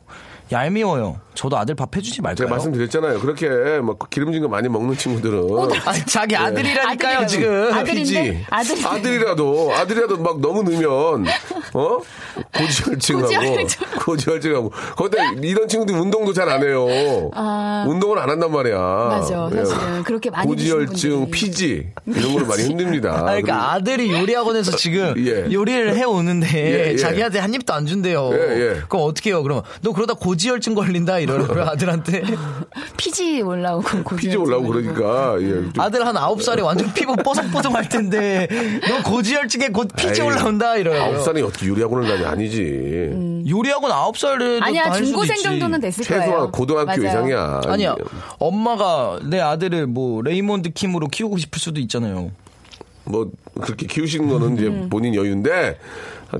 Speaker 4: 얄미워요. 저도 아들 밥 해주지 말까요?
Speaker 1: 제가 말씀드렸잖아요. 그렇게 막 기름진 거 많이 먹는 친구들은
Speaker 4: 아니,
Speaker 1: 네.
Speaker 4: 자기 아들이라니까요
Speaker 5: 아들이라고.
Speaker 4: 지금.
Speaker 5: 어, 아들인데
Speaker 1: 피지.
Speaker 5: 아들
Speaker 1: 아들이라도 아들이라도 막 너무 넣으면 어 고지혈증하고
Speaker 5: 고지혈증.
Speaker 1: 고지혈증하고 거기다 이런 친구들이 운동도 잘 안 해요. 운동을 안 한단 말이야.
Speaker 5: 아.
Speaker 1: 예.
Speaker 5: 맞아, 사실은. 그렇게 많이 드시는
Speaker 1: 고지혈증,
Speaker 5: 분들이.
Speaker 1: 피지 이런 걸로 많이 힘듭니다.
Speaker 4: 아니, 그러니까 아들이 요리학원에서 지금
Speaker 1: 예.
Speaker 4: 요리를 해 오는데
Speaker 1: 예, 예.
Speaker 4: 자기한테 한 입도 안 준대요.
Speaker 1: 예, 예.
Speaker 4: 그럼 어떻게 해요? 그럼 너 그러다 고지혈증 걸린다 이러고요 아들한테.
Speaker 5: 피지 올라오고 고지
Speaker 1: 피지 올라오고 그러니까 예,
Speaker 5: 음.
Speaker 1: 좀
Speaker 4: 아들 한 아홉 살에 완전 피부 뽀송뽀송할 텐데 너 고지혈증에 곧 피지
Speaker 1: 에이,
Speaker 4: 올라온다 이러요.
Speaker 1: 아홉 살이 어떻게 유리학원을 다니 아니지.
Speaker 5: 음,
Speaker 4: 요리학원 아홉 살에
Speaker 5: 아니야 중고생 정도는 됐을
Speaker 1: 최소한
Speaker 5: 거예요.
Speaker 1: 고등학교
Speaker 5: 맞아요.
Speaker 1: 이상이야.
Speaker 4: 아니야 엄마가 내 아들을 뭐 레이몬드 킴으로 키우고 싶을 수도 있잖아요.
Speaker 1: 뭐 그렇게 키우시는 거는
Speaker 5: 음.
Speaker 1: 이제 본인 여유인데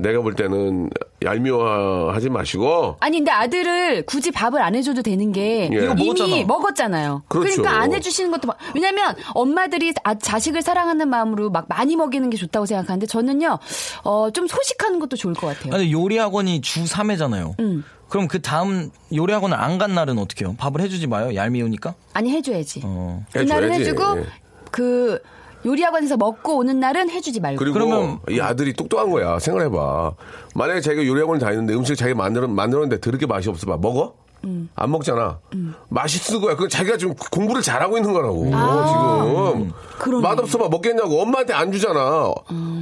Speaker 1: 내가 볼 때는 얄미워하지 마시고
Speaker 5: 아니 근데 아들을 굳이 밥을 안 해줘도 되는 게
Speaker 1: 이거
Speaker 5: 이미
Speaker 4: 먹었잖아.
Speaker 5: 먹었잖아요.
Speaker 1: 그렇죠.
Speaker 5: 러니까안 해주시는 것도 막- 왜냐면 엄마들이 아- 자식을 사랑하는 마음으로 막 많이 먹이는 게 좋다고 생각하는데 저는요 어, 좀 소식하는 것도 좋을 것 같아요.
Speaker 4: 아니 요리학원이 주 3회잖아요.
Speaker 5: 음.
Speaker 4: 그럼 그 다음 요리학원을 안 간 날은 어떻게 해요? 밥을 해주지 마요. 얄미우니까.
Speaker 5: 아니 해줘야지.
Speaker 4: 어.
Speaker 1: 해줘야지.
Speaker 5: 그날은 해주고
Speaker 1: 예.
Speaker 5: 그 요리학원에서 먹고 오는 날은 해주지 말고.
Speaker 1: 그리고
Speaker 4: 그러면-
Speaker 1: 이 아들이 똑똑한 거야. 생각해봐. 만약에 자기가 요리학원을 다니는데 음식 자기 만들어 만들었는데 더럽게 맛이 없어 봐. 먹어?
Speaker 5: 음.
Speaker 1: 안 먹잖아. 맛이 쓰 거야. 그건 자기가 지금 공부를 잘하고 있는 거라고. 지금
Speaker 5: 아. 그러네. 음.
Speaker 1: 맛없어 봐 먹겠냐고 엄마한테 안 주잖아.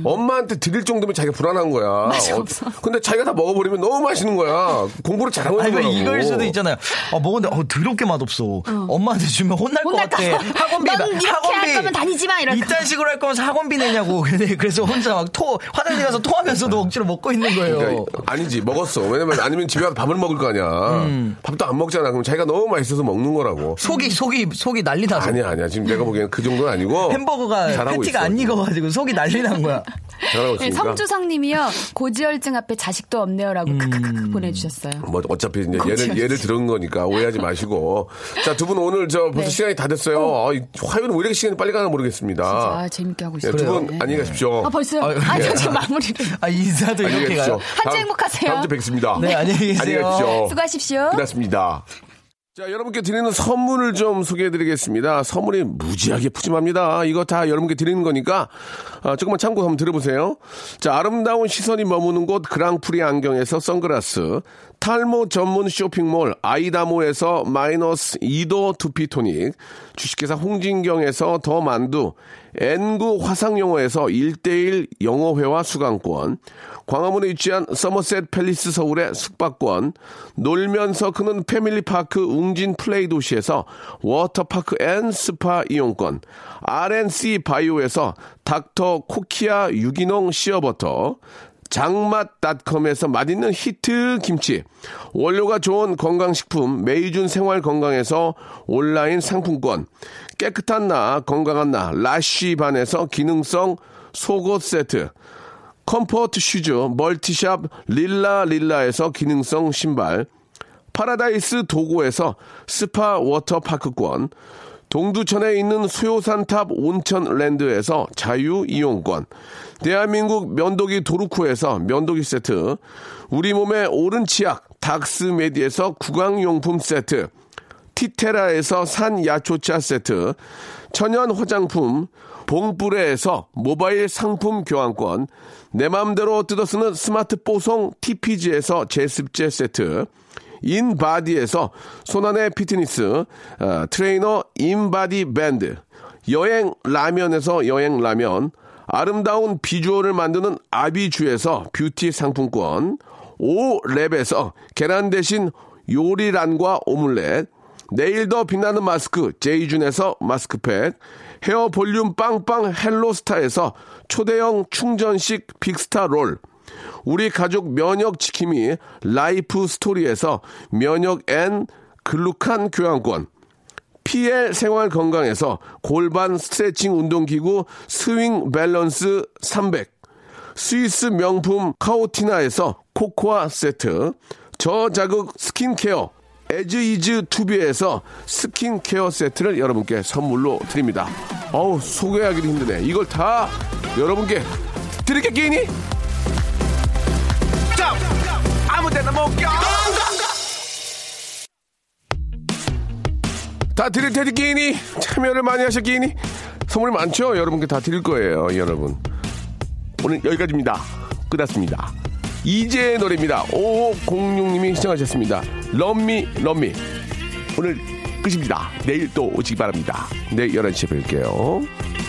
Speaker 1: 엄마한테 드릴 정도면 자기가 불안한 거야.
Speaker 5: 맛이
Speaker 1: 어,
Speaker 5: 없어.
Speaker 1: 근데 자기가 다 먹어버리면 너무 맛있는 거야. 공부를 잘하고
Speaker 4: 아니
Speaker 1: 있는
Speaker 4: 왜
Speaker 1: 거라고.
Speaker 4: 이걸 수도 있잖아요. 아 먹었는데 어 더럽게 맛없어. 엄마한테 주면 혼날 것
Speaker 5: 혼날까
Speaker 4: 같아.
Speaker 5: 봐.
Speaker 4: 학원비
Speaker 5: 넌 이렇게 할 거면 다니지 마, 이럴까
Speaker 4: 이딴 식으로 할 거면서 학원비 내냐고. 근데 그래서 혼자 막 토 화장실 가서 토하면서도 억지로 먹고 있는 거예요.
Speaker 1: 그러니까 아니지 먹었어 왜냐면 아니면 집에 가서 밥을 먹을 거 아니야 밥도 안 먹잖아 그럼 자기가 너무 맛있어서 먹는 거라고
Speaker 4: 속이 속이 속이 난리 나서.
Speaker 1: 아니야 아니야 지금 내가 보기에는 그 정도는 아니고
Speaker 4: 햄버거가
Speaker 1: 잘하고
Speaker 4: 패티가
Speaker 1: 있어.
Speaker 4: 안 익어가지고 속이 난리 난 거야.
Speaker 1: 잘하고 있으니까
Speaker 5: 네, 성주성님이요 고지혈증 앞에 자식도 없네요라고
Speaker 4: 음.
Speaker 5: 크크크크 보내주셨어요.
Speaker 1: 뭐 어차피 이제 예를 예를 들은 거니까 오해하지 마시고 자 두 분 오늘 저 벌써 시간이 다 됐어요 아, 이 화요일은 왜 이렇게 시간이 빨리 가나
Speaker 5: 진짜
Speaker 1: 모르겠습니다
Speaker 5: 재밌게 하고
Speaker 1: 예,
Speaker 5: 있어요.
Speaker 1: 두분
Speaker 5: 네.
Speaker 1: 안녕히 가십시오
Speaker 5: 아 벌써요?
Speaker 4: 아유,
Speaker 5: 아
Speaker 4: 예.
Speaker 5: 저 지금 마무리를.
Speaker 4: 아 인사도 이렇게 가요.
Speaker 5: 한주
Speaker 1: 다음-
Speaker 5: 행복하세요.
Speaker 1: 다음 주에 뵙겠습니다
Speaker 4: 네, 안녕히 계세요.
Speaker 1: 가십시오.
Speaker 5: 수고하십시오.
Speaker 1: 그렇습니다. 자, 여러분께 드리는 선물을 좀 소개해 드리겠습니다. 선물이 무지하게 푸짐합니다. 이거 다 여러분께 드리는 거니까, 아, 조금만 참고 한번 들어보세요. 자, 아름다운 시선이 머무는 곳 그랑프리 안경에서 선글라스, 탈모 전문 쇼핑몰 아이다모에서 마이너스 2도 두피토닉, 주식회사 홍진경에서 더 만두, N구 화상영어에서 1대1 영어회화 수강권, 광화문에 위치한 서머셋 팰리스 서울의 숙박권, 놀면서 크는 패밀리파크 웅진 플레이 도시에서 워터파크 앤 스파 이용권, RNC 바이오에서 닥터 코키아 유기농 시어버터, 장맛닷컴에서 맛있는 히트 김치, 원료가 좋은 건강식품 메이준 생활건강에서 온라인 상품권, 깨끗한 나 건강한 나 라쉬반에서 기능성 속옷 세트, 컴포트 슈즈 멀티샵 릴라 릴라에서 기능성 신발, 파라다이스 도고에서 스파 워터파크권, 동두천에 있는 수요산탑 온천랜드에서 자유이용권, 대한민국 면도기 도루코에서 면도기 세트, 우리 몸의 오른 치약 닥스메디에서 구강용품 세트, 티테라에서 산야초차 세트, 천연 화장품 봉뿌레에서 모바일 상품 교환권, 내 맘대로 뜯어쓰는 스마트 뽀송 TPG에서 제습제 세트, 인바디에서 손안의 피트니스 아, 트레이너 인바디 밴드 여행 라면에서 여행 라면 아름다운 비주얼을 만드는 아비주에서 뷰티 상품권 오랩에서 계란 대신 요리란과 오믈렛 내일 더 빛나는 마스크 제이준에서 마스크팩 헤어 볼륨 빵빵 헬로스타에서 초대형 충전식 빅스타 롤 우리 가족 면역 지킴이 라이프 스토리에서 면역 앤 글루칸 교환권. PL 생활 건강에서 골반 스트레칭 운동기구 스윙 밸런스 300. 스위스 명품 카오티나에서 코코아 세트. 저자극 스킨케어 에즈이즈 투비에서 스킨케어 세트를 여러분께 선물로 드립니다. 어우, 소개하기도 힘드네. 이걸 다 여러분께 드릴게 끼니? 다 드릴 테니 끼니 참여를 많이 하셨 끼니 선물 많죠 여러분께 다 드릴 거예요 여러분 오늘 여기까지입니다 끝났습니다 이재의 노래입니다 5506님이 시청하셨습니다 럼미 럼미 오늘 끝입니다 내일 또 오시기 바랍니다 내일 11시에 뵐게요